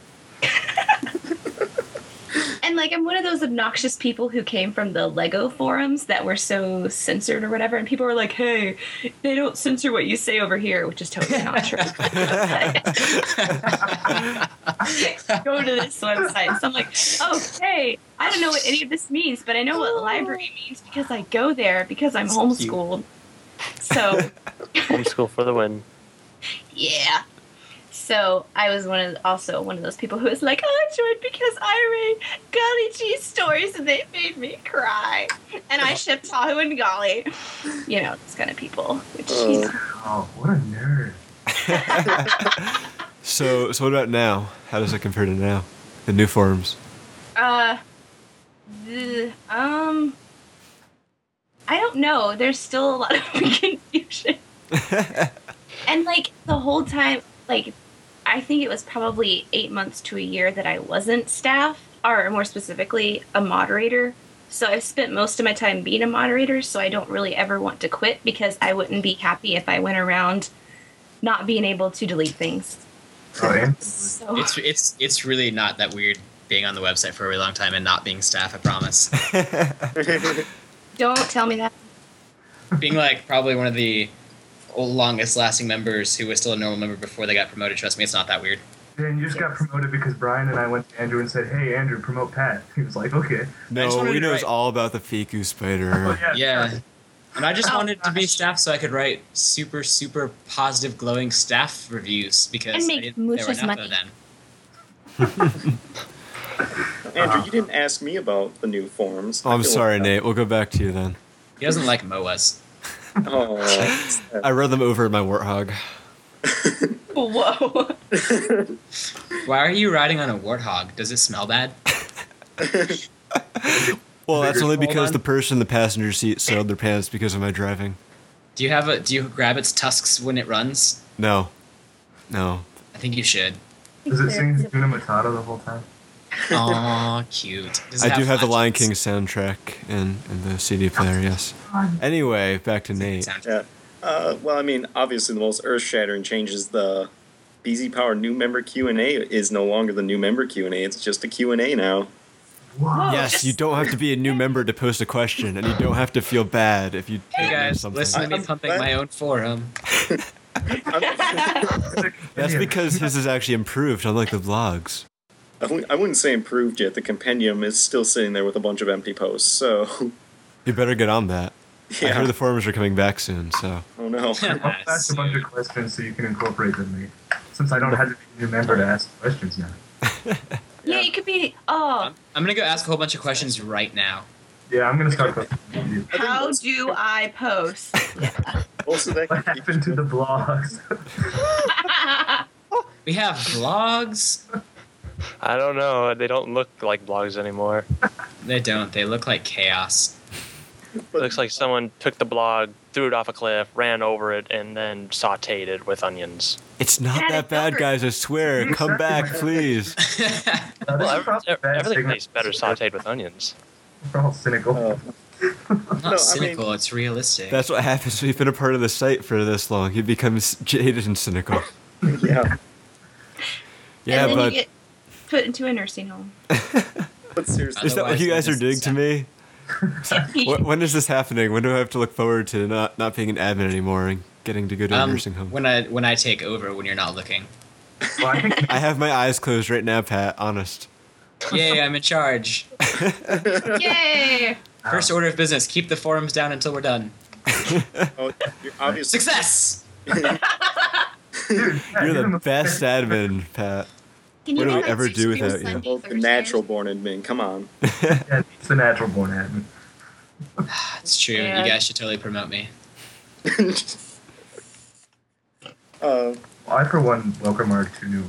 [SPEAKER 5] and like, I'm one of those obnoxious people who came from the Lego forums that were so censored or whatever, and people were like, hey, they don't censor what you say over here, which is totally not true. go to this website. So I'm like, oh, hey, I don't know what any of this means, but I know what library means because I go there because I'm homeschooled. So,
[SPEAKER 6] homeschool for the win.
[SPEAKER 5] yeah. So I was one of also one of those people who was like, I joined because I read Golly Cheese stories and they made me cry, and I shipped Tahu and Golly, you know, those kind of people. Which you know.
[SPEAKER 4] Oh, what a nerd.
[SPEAKER 1] So, so what about now? How does it compare to now? The new forums.
[SPEAKER 5] Uh, th- um, I don't know. There's still a lot of confusion. and like the whole time, like I think it was probably eight months to a year that I wasn't staff, or more specifically, a moderator. So I've spent most of my time being a moderator. So I don't really ever want to quit because I wouldn't be happy if I went around not being able to delete things.
[SPEAKER 4] Oh, yeah.
[SPEAKER 5] So
[SPEAKER 3] It's it's it's really not that weird being on the website for a really long time and not being staff. I promise.
[SPEAKER 5] don't tell me that.
[SPEAKER 3] being like probably one of the longest lasting members who was still a normal member before they got promoted. Trust me, it's not that weird.
[SPEAKER 4] Dan, you just got promoted because Brian and I went to Andrew and said, "Hey, Andrew, promote Pat." He was like, "Okay."
[SPEAKER 3] just
[SPEAKER 1] No,
[SPEAKER 3] wanted
[SPEAKER 1] Oh, we
[SPEAKER 3] to
[SPEAKER 1] know
[SPEAKER 3] write-
[SPEAKER 1] it's all about the Fiku
[SPEAKER 4] Oh,
[SPEAKER 1] spider.
[SPEAKER 3] Yeah. And I just
[SPEAKER 5] Oh,
[SPEAKER 3] wanted to be
[SPEAKER 5] gosh.
[SPEAKER 3] staff so I could write super, super positive, glowing staff reviews because
[SPEAKER 5] And
[SPEAKER 3] I
[SPEAKER 5] make
[SPEAKER 3] didn't think there were
[SPEAKER 5] Moose's
[SPEAKER 3] enough
[SPEAKER 5] money.
[SPEAKER 3] of them.
[SPEAKER 2] Andrew, you didn't ask me about the new forms.
[SPEAKER 1] Oh,
[SPEAKER 2] I
[SPEAKER 1] I'm
[SPEAKER 2] feel
[SPEAKER 1] sorry,
[SPEAKER 2] like-
[SPEAKER 1] Nate. We'll go back to you then.
[SPEAKER 3] He doesn't like MOAs.
[SPEAKER 2] Oh, that's
[SPEAKER 1] I read them over in my warthog.
[SPEAKER 5] Whoa.
[SPEAKER 2] sad.
[SPEAKER 3] Why are you riding on a warthog? Does it smell bad?
[SPEAKER 1] Well, that's
[SPEAKER 3] Fingers
[SPEAKER 1] only
[SPEAKER 3] pulled
[SPEAKER 1] because
[SPEAKER 3] on.
[SPEAKER 1] the person in the passenger seat soiled their pants because of my driving.
[SPEAKER 3] Do you have a? Do you grab its tusks when it runs?
[SPEAKER 1] No. No.
[SPEAKER 3] I think you should.
[SPEAKER 4] Does it sing Hakuna Matata the whole time?
[SPEAKER 3] Aw, cute. Does it
[SPEAKER 1] I do have the
[SPEAKER 3] flashlights?
[SPEAKER 1] Lion King soundtrack and, and the CD player, yes. Anyway, back to Nate.
[SPEAKER 3] Sound-
[SPEAKER 2] yeah. Uh, well, I mean, obviously, the most earth-shattering change is the BZ Power new member Q and A is no longer the new member Q and A. It's just a Q and A now.
[SPEAKER 4] Wow.
[SPEAKER 1] Yes, you don't have to be a new member to post a question, and you don't have to feel bad if you
[SPEAKER 3] Hey
[SPEAKER 1] don't know
[SPEAKER 3] guys,
[SPEAKER 1] something.
[SPEAKER 3] listen to me
[SPEAKER 2] I'm
[SPEAKER 3] pumping
[SPEAKER 2] glad-
[SPEAKER 3] my own forum.
[SPEAKER 1] That's because his is actually improved, unlike the vlogs.
[SPEAKER 2] I wouldn't I wouldn't say improved yet. The compendium is still sitting there with a bunch of empty posts. So,
[SPEAKER 1] You better get on that. I
[SPEAKER 2] yeah.
[SPEAKER 1] hear the forums are coming back soon, so.
[SPEAKER 2] oh no.
[SPEAKER 4] I'll ask a bunch of questions so you can incorporate them, Nate. Since I don't have to be a new member to ask questions now.
[SPEAKER 5] Yeah, it could be. Oh,
[SPEAKER 3] I'm I'm gonna go ask a whole bunch of questions right now.
[SPEAKER 4] Yeah, I'm gonna start. questioning you.
[SPEAKER 2] I think
[SPEAKER 5] how
[SPEAKER 2] most-
[SPEAKER 5] do I post?
[SPEAKER 2] Most of that
[SPEAKER 4] What happened to the blogs?
[SPEAKER 3] We have vlogs.
[SPEAKER 6] I don't know. They don't look like blogs anymore.
[SPEAKER 3] They don't. They look like chaos.
[SPEAKER 6] It looks like someone took the blog, threw it off a cliff, ran over it, and then sauteed it with onions.
[SPEAKER 1] It's not
[SPEAKER 5] Dad,
[SPEAKER 1] that
[SPEAKER 5] it's
[SPEAKER 1] bad,
[SPEAKER 5] over.
[SPEAKER 1] guys, I swear. Come back, please.
[SPEAKER 4] Uh, this
[SPEAKER 6] Well,
[SPEAKER 4] is
[SPEAKER 6] every,
[SPEAKER 4] probably a
[SPEAKER 6] ev-
[SPEAKER 4] bad
[SPEAKER 6] everything
[SPEAKER 4] segment.
[SPEAKER 6] tastes better sauteed with onions.
[SPEAKER 4] We're all cynical.
[SPEAKER 2] Uh,
[SPEAKER 3] I'm not
[SPEAKER 2] No, I
[SPEAKER 3] cynical. it's realistic.
[SPEAKER 1] That's what happens when you've been a part of the site for this long. You become s- jaded and cynical.
[SPEAKER 2] yeah.
[SPEAKER 1] Yeah,
[SPEAKER 5] and then
[SPEAKER 1] but
[SPEAKER 5] you get put into a nursing home.
[SPEAKER 2] But seriously,
[SPEAKER 1] is that what you
[SPEAKER 3] Otherwise,
[SPEAKER 1] guys are
[SPEAKER 3] it's
[SPEAKER 1] doing to
[SPEAKER 3] sad.
[SPEAKER 1] me? Wh- when is this happening? When do I have to look forward to not, not being an admin anymore and getting to go to a
[SPEAKER 3] Um,
[SPEAKER 1] nursing home?
[SPEAKER 3] When I when I take over when you're not looking.
[SPEAKER 4] Well, I think
[SPEAKER 1] I have my eyes closed right now, Pat, honest.
[SPEAKER 3] Yay, I'm in charge.
[SPEAKER 5] Yay!
[SPEAKER 3] First order of business: keep the forums down until we're done.
[SPEAKER 2] oh, you're obviously
[SPEAKER 3] Success.
[SPEAKER 4] dude, yeah,
[SPEAKER 1] You're
[SPEAKER 4] give him
[SPEAKER 1] the
[SPEAKER 4] a-
[SPEAKER 1] best admin, Pat.
[SPEAKER 5] Can
[SPEAKER 1] What do we
[SPEAKER 5] like
[SPEAKER 1] ever
[SPEAKER 5] six
[SPEAKER 1] do
[SPEAKER 5] people
[SPEAKER 1] without you?
[SPEAKER 5] Sunday,
[SPEAKER 2] both the
[SPEAKER 5] Thursdays?
[SPEAKER 2] natural born admin. Come on.
[SPEAKER 4] Yeah, it's the natural born admin.
[SPEAKER 3] That's true.
[SPEAKER 5] Yeah.
[SPEAKER 3] You guys should totally promote me.
[SPEAKER 2] uh,
[SPEAKER 4] Well, I, for one, welcome our two new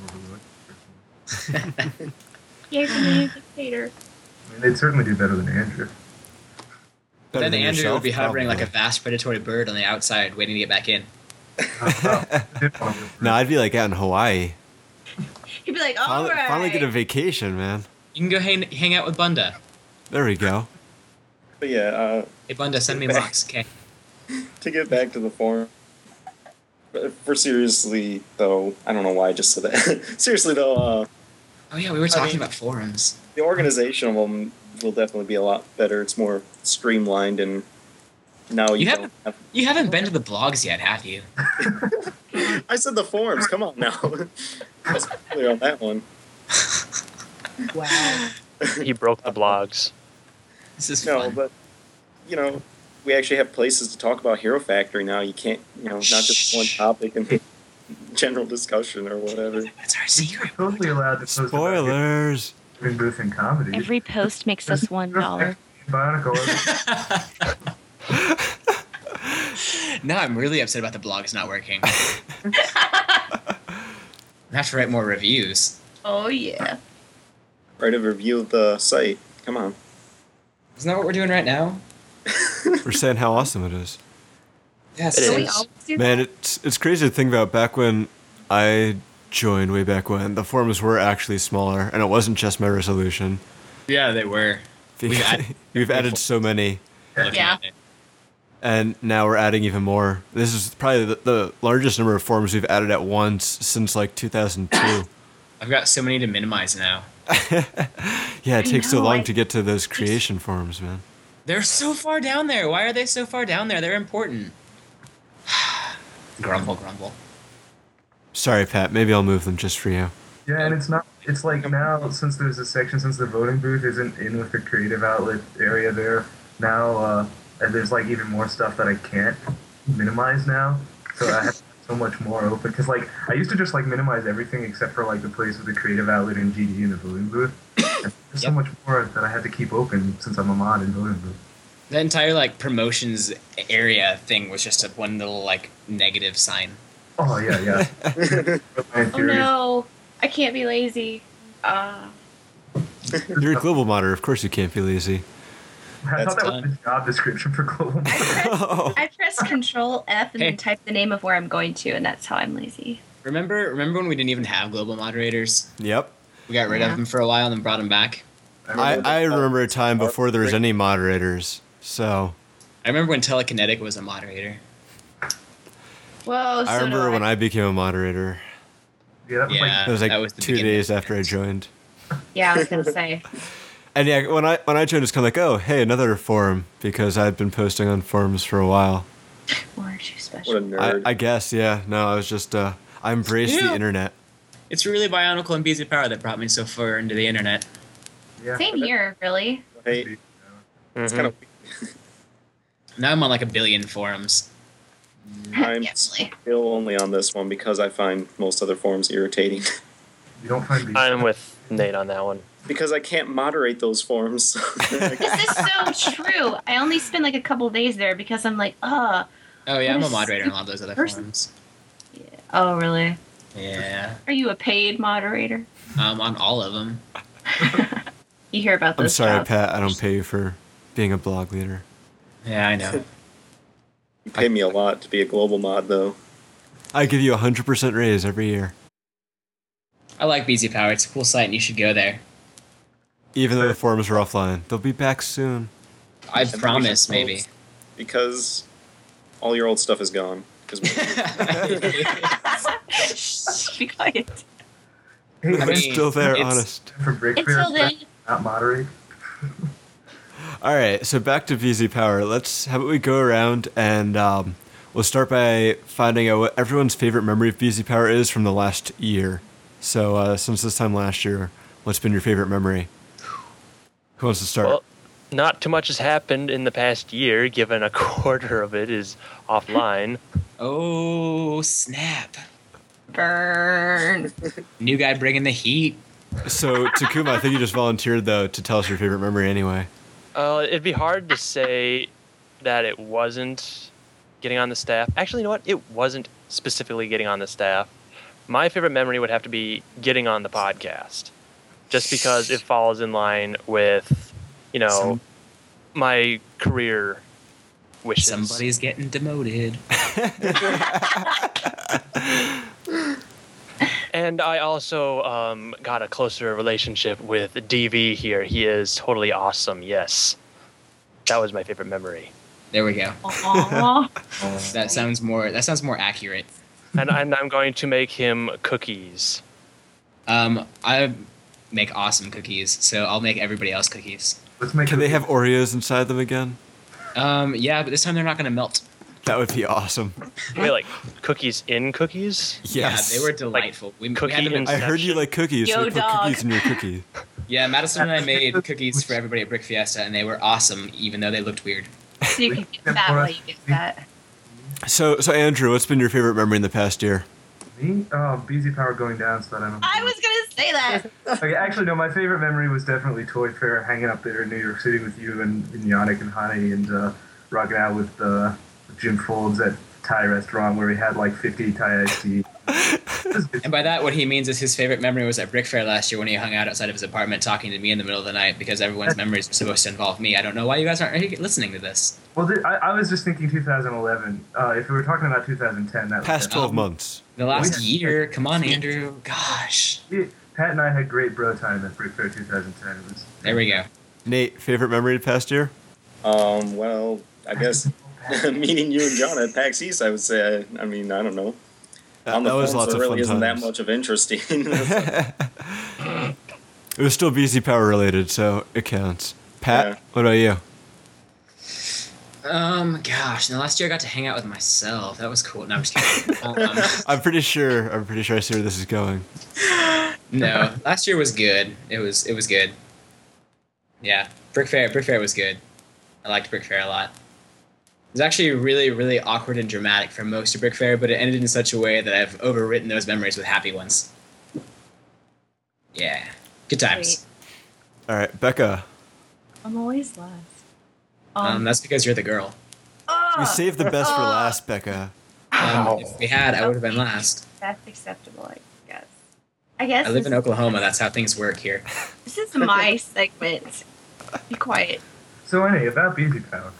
[SPEAKER 4] overlords.
[SPEAKER 5] Yay for being a dictator.
[SPEAKER 4] I mean, they'd certainly do better than Andrew.
[SPEAKER 1] Better
[SPEAKER 3] then
[SPEAKER 1] than
[SPEAKER 3] Andrew
[SPEAKER 1] yourself,
[SPEAKER 3] would be hovering like a
[SPEAKER 1] probably.
[SPEAKER 3] vast predatory bird on the outside, waiting to get back in.
[SPEAKER 1] No, I'd be like out in Hawaii.
[SPEAKER 5] He'd be like, all
[SPEAKER 1] Finally,
[SPEAKER 5] right.
[SPEAKER 1] finally get a vacation, man.
[SPEAKER 3] You can go hang, hang out with Bunda.
[SPEAKER 1] There we go.
[SPEAKER 2] but yeah, uh,
[SPEAKER 3] Hey Bunda, send me
[SPEAKER 2] Okay.
[SPEAKER 3] rocks, okay?
[SPEAKER 2] to get back to the form. but Uh, For seriously though, I don't know why I just said that. seriously though, uh,
[SPEAKER 3] Oh yeah, we were talking
[SPEAKER 2] mean-
[SPEAKER 3] about forums.
[SPEAKER 2] the organization of them will definitely be a lot better. It's more streamlined, and now oh, you,
[SPEAKER 3] You
[SPEAKER 2] don't have.
[SPEAKER 3] You haven't been to the blogs yet, have you?
[SPEAKER 2] I said the forms. Come on now. I was clear on that one.
[SPEAKER 5] Wow.
[SPEAKER 6] He broke the blogs.
[SPEAKER 3] This is
[SPEAKER 2] No,
[SPEAKER 3] fun.
[SPEAKER 2] but you know, we actually have places to talk about Hero Factory now. You can't, you know, not just one
[SPEAKER 3] Shh.
[SPEAKER 2] topic and general discussion or whatever.
[SPEAKER 3] That's our secret.
[SPEAKER 4] Totally allowed to post about
[SPEAKER 1] Spoilers.
[SPEAKER 4] Kevin Booth in comedy.
[SPEAKER 5] Every post makes us one dollar.
[SPEAKER 4] Bionic Order.
[SPEAKER 3] Now I'm really upset about the blogs not working. I have to write more reviews.
[SPEAKER 5] Oh yeah.
[SPEAKER 2] Write a review of the site. Come on.
[SPEAKER 3] Isn't that what we're doing right now?
[SPEAKER 1] We're saying how awesome it is.
[SPEAKER 3] Yes.
[SPEAKER 6] It
[SPEAKER 5] Do
[SPEAKER 6] is.
[SPEAKER 5] we always do
[SPEAKER 1] Man,
[SPEAKER 5] that?
[SPEAKER 1] it's it's crazy to think about. Back when I joined, way back when, the forums were actually smaller, and it wasn't just my resolution.
[SPEAKER 3] Yeah, they were.
[SPEAKER 1] We've,
[SPEAKER 3] added-
[SPEAKER 1] added so many.
[SPEAKER 3] Looking
[SPEAKER 5] Yeah.
[SPEAKER 3] at it.
[SPEAKER 1] and now we're adding even more. This is probably the, the largest number of forums we've added at once since like 2002.
[SPEAKER 3] I've got so many to minimize now.
[SPEAKER 1] yeah, it
[SPEAKER 5] I
[SPEAKER 1] takes so
[SPEAKER 5] know,
[SPEAKER 1] long
[SPEAKER 5] I-
[SPEAKER 1] to get to those creation forums, man.
[SPEAKER 3] They're so far down there. Why are they so far down there? They're important. grumble, grumble.
[SPEAKER 1] Sorry, Pat. Maybe I'll move them just for you.
[SPEAKER 4] Yeah, and it's not. It's like now since there's a section since the voting booth isn't in with the creative outlet area there now, uh, and there's like even more stuff that I can't minimize now. So I have so much more open because like I used to just like minimize everything except for like the place with the creative outlet and GD and the voting booth. And there's so
[SPEAKER 3] Yep.
[SPEAKER 4] much more that I had to keep open since I'm a mod in voting booth.
[SPEAKER 3] The entire like promotions area thing was just a one little like negative sign.
[SPEAKER 4] Oh yeah, yeah. Reliant
[SPEAKER 5] Oh
[SPEAKER 4] Theory.
[SPEAKER 5] no, I can't be lazy. Uh,
[SPEAKER 1] You're a global monitor. Of course, you can't be lazy.
[SPEAKER 4] I
[SPEAKER 3] That's
[SPEAKER 4] thought that was
[SPEAKER 3] done.
[SPEAKER 4] the job description for global.
[SPEAKER 5] I press,
[SPEAKER 1] Oh.
[SPEAKER 5] I press Control F and
[SPEAKER 3] Hey.
[SPEAKER 5] then type the name of where I'm going to, and that's how I'm lazy.
[SPEAKER 3] Remember, remember when we didn't even have global moderators?
[SPEAKER 1] yep.
[SPEAKER 3] We got rid
[SPEAKER 5] Yeah.
[SPEAKER 3] of them for a while and then brought them back.
[SPEAKER 1] I, I remember a time
[SPEAKER 2] Oh,
[SPEAKER 1] before there was
[SPEAKER 2] great.
[SPEAKER 1] any moderators. So
[SPEAKER 3] I remember when Telekinetic was a moderator.
[SPEAKER 5] Whoa, Oh, so
[SPEAKER 1] I remember
[SPEAKER 5] do
[SPEAKER 1] when I became a moderator.
[SPEAKER 4] Yeah, that was
[SPEAKER 3] Yeah.
[SPEAKER 4] like
[SPEAKER 1] It was like
[SPEAKER 3] That was the
[SPEAKER 1] two
[SPEAKER 3] beginning.
[SPEAKER 1] days after I joined.
[SPEAKER 5] Yeah, I was gonna say.
[SPEAKER 1] And yeah, when I when I joined, it's kind of like, oh, hey, another forum because I'd been posting on forums for a while.
[SPEAKER 5] Or too
[SPEAKER 2] What a
[SPEAKER 5] special.
[SPEAKER 1] I,
[SPEAKER 2] nerd.
[SPEAKER 1] I guess, yeah. No, I was just uh, I embraced the
[SPEAKER 3] Yeah.
[SPEAKER 1] internet.
[SPEAKER 3] It's really Bionicle and BZ Power that brought me so far into the internet.
[SPEAKER 4] yeah.
[SPEAKER 5] Same here, really.
[SPEAKER 2] Hey, it's kind of
[SPEAKER 3] Now I'm on like a billion forums.
[SPEAKER 2] I'm
[SPEAKER 5] Actually.
[SPEAKER 2] still only on this one because I find most other forums irritating.
[SPEAKER 4] You don't find these.
[SPEAKER 6] I'm with Nate on that one.
[SPEAKER 2] because I can't moderate those forums.
[SPEAKER 5] This is so true. I only spend like a couple days there because I'm like, uh
[SPEAKER 3] Oh yeah,
[SPEAKER 5] What
[SPEAKER 3] I'm a
[SPEAKER 5] a
[SPEAKER 3] moderator in a lot of those other
[SPEAKER 5] stupid person.
[SPEAKER 3] forums.
[SPEAKER 5] oh really?
[SPEAKER 3] Yeah,
[SPEAKER 5] Are you a paid moderator?
[SPEAKER 3] um, on all of them.
[SPEAKER 5] You hear about
[SPEAKER 1] I'm
[SPEAKER 5] this?
[SPEAKER 1] sorry,
[SPEAKER 5] job.
[SPEAKER 1] Pat. I don't pay you for being a blog leader.
[SPEAKER 3] Yeah, I know.
[SPEAKER 2] you pay me a lot to be a global mod, though.
[SPEAKER 1] I give you a hundred percent raise every year,
[SPEAKER 3] I like BZ Power. It's a cool site, and you should go there.
[SPEAKER 1] even though the forums are offline. They'll be back soon.
[SPEAKER 3] I
[SPEAKER 2] should
[SPEAKER 3] promise,
[SPEAKER 2] probably-
[SPEAKER 3] maybe.
[SPEAKER 2] Because all your old stuff is gone. 'Cause we-
[SPEAKER 5] Shh, Be quiet.
[SPEAKER 4] Hey,
[SPEAKER 3] I
[SPEAKER 1] I'm
[SPEAKER 3] mean,
[SPEAKER 1] still there,
[SPEAKER 3] it's-
[SPEAKER 1] honest.
[SPEAKER 4] for break
[SPEAKER 5] Until then,
[SPEAKER 4] not moderate.
[SPEAKER 1] All right, so back to VZ Power. Let's how about we go around and um, we'll start by finding out what everyone's favorite memory of VZ Power is from the last year. So uh, since this time last year, what's been your favorite memory? Who wants to start?
[SPEAKER 6] Well, not too much has happened in the past year, given a quarter of it is offline.
[SPEAKER 3] oh snap!
[SPEAKER 5] burn.
[SPEAKER 3] New guy bringing the heat.
[SPEAKER 1] so Takuma, I think you just volunteered though to tell us your favorite memory anyway.
[SPEAKER 6] Uh, it'd be hard to say that it wasn't getting on the staff. Actually, you know what? It wasn't specifically getting on the staff. My favorite memory would have to be getting on the podcast, just because it falls in line with, you know,
[SPEAKER 3] Some-
[SPEAKER 6] my career wishes.
[SPEAKER 3] Somebody's getting demoted.
[SPEAKER 6] And I also um, got a closer relationship with DV here. He is totally awesome. Yes, that was my favorite memory.
[SPEAKER 3] There we go.
[SPEAKER 5] Aww.
[SPEAKER 3] That sounds more. That sounds more accurate.
[SPEAKER 6] And, and I'm going to make him cookies.
[SPEAKER 3] Um, I make awesome cookies, so I'll make everybody else cookies.
[SPEAKER 4] Let's make
[SPEAKER 1] Can
[SPEAKER 4] it
[SPEAKER 1] they have Oreos inside them again?
[SPEAKER 3] Um, yeah, but this time they're not gonna melt.
[SPEAKER 1] That would be awesome.
[SPEAKER 6] Wait, like cookies in cookies?
[SPEAKER 1] Yes.
[SPEAKER 3] Yeah, they were delightful. we, we
[SPEAKER 6] cookie
[SPEAKER 3] had them in-
[SPEAKER 6] and-
[SPEAKER 1] I heard you like cookies.
[SPEAKER 5] Yo,
[SPEAKER 1] so we put
[SPEAKER 5] dog.
[SPEAKER 1] cookies in your cookie.
[SPEAKER 3] yeah, Madison and I made cookies for everybody at Brick Fiesta, and they were awesome, even though they looked weird.
[SPEAKER 5] So you can get fat while you get fat.
[SPEAKER 1] So, so Andrew, what's been your favorite memory in the past year?
[SPEAKER 4] me. Oh, BZ power going down, so that I don't.
[SPEAKER 5] I was gonna say that.
[SPEAKER 4] Okay, actually, no. My favorite memory was definitely Toy Fair, hanging up there in New York City with you and, and Yannick and Hani, and uh, rocking out with uh, Jim Folds at Thai restaurant where we had like 50 Thai iced tea.
[SPEAKER 3] And by that, what he means is his favorite memory was at Brick Fair last year when he hung out outside of his apartment talking to me in the middle of the night because everyone's memories are supposed to involve me. I don't know why you guys aren't listening to this.
[SPEAKER 4] well, th- I, I was just thinking 2011. Uh, if we were talking about 2010, that was
[SPEAKER 1] Past
[SPEAKER 4] it.
[SPEAKER 1] twelve
[SPEAKER 3] Um,
[SPEAKER 1] months.
[SPEAKER 3] The last
[SPEAKER 4] Yeah.
[SPEAKER 3] year, come on, Andrew. Gosh.
[SPEAKER 4] We, Pat and I had great bro time at Brick Fair 2010. It was
[SPEAKER 3] There we go.
[SPEAKER 1] Nate, favorite memory of past year?
[SPEAKER 2] um, well, I guess meeting you and John at PAX East, I would say. I, I mean, I don't know.
[SPEAKER 1] That,
[SPEAKER 2] On the
[SPEAKER 1] that was
[SPEAKER 2] phone,
[SPEAKER 1] lots
[SPEAKER 2] so
[SPEAKER 1] of
[SPEAKER 2] it
[SPEAKER 1] fun
[SPEAKER 2] really isn't
[SPEAKER 1] times.
[SPEAKER 2] that much of interesting. That's-
[SPEAKER 1] It was still BC Power related, so it counts. Pat,
[SPEAKER 2] Yeah.
[SPEAKER 1] what about you?
[SPEAKER 3] Um, gosh, no, last year I got to hang out with myself. That was cool. No, I'm just kidding. um,
[SPEAKER 1] I'm pretty sure. I'm pretty sure I see where this is going.
[SPEAKER 3] no, last year was good. It was it was good. Yeah, Brick Fair. Brick Fair was good. I liked Brick Fair a lot. It was actually really really awkward and dramatic for most of Brick Fair, but it ended in such a way that I've overwritten those memories with happy ones. Yeah, good times.
[SPEAKER 1] All right, Becca,
[SPEAKER 5] I'm always last.
[SPEAKER 3] Um, that's because you're the girl.
[SPEAKER 1] we
[SPEAKER 5] oh,
[SPEAKER 1] saved the best for
[SPEAKER 5] uh,
[SPEAKER 1] last, Becca.
[SPEAKER 3] Um, if we had, I would have been last.
[SPEAKER 5] That's acceptable, I guess. I guess
[SPEAKER 3] I live in
[SPEAKER 5] this-
[SPEAKER 3] Oklahoma. That's how things work here.
[SPEAKER 5] This is my segment. Be quiet.
[SPEAKER 4] So anyway, about BZ Power.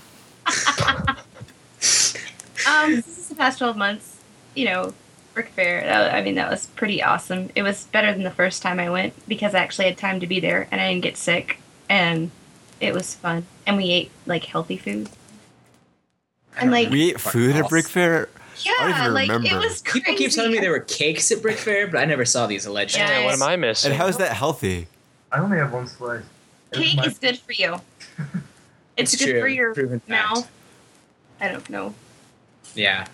[SPEAKER 5] Um, this is the past 12 months. You know, Brick Fair, that, I mean, that was pretty awesome. It was better than the first time I went because I actually had time to be there and I didn't get sick. And it was fun. And we ate, like, healthy food. And,
[SPEAKER 3] I don't
[SPEAKER 5] like-
[SPEAKER 3] know
[SPEAKER 1] We ate
[SPEAKER 3] what
[SPEAKER 1] food at
[SPEAKER 3] else.
[SPEAKER 1] Brick Fair.
[SPEAKER 5] Yeah,
[SPEAKER 1] I don't even
[SPEAKER 5] like, it
[SPEAKER 1] remember.
[SPEAKER 5] was crazy.
[SPEAKER 3] People keep telling me there were cakes at Brick Fair, but I never saw these alleged.
[SPEAKER 5] Yeah.
[SPEAKER 6] Yeah, what am I missing?
[SPEAKER 1] And how's that healthy?
[SPEAKER 4] I only have one slice. It's
[SPEAKER 5] Cake
[SPEAKER 4] my-
[SPEAKER 5] is good for you. It's,
[SPEAKER 3] It's
[SPEAKER 5] good
[SPEAKER 3] true.
[SPEAKER 5] for your
[SPEAKER 3] Proven fact.
[SPEAKER 5] mouth. I don't know.
[SPEAKER 3] Yeah.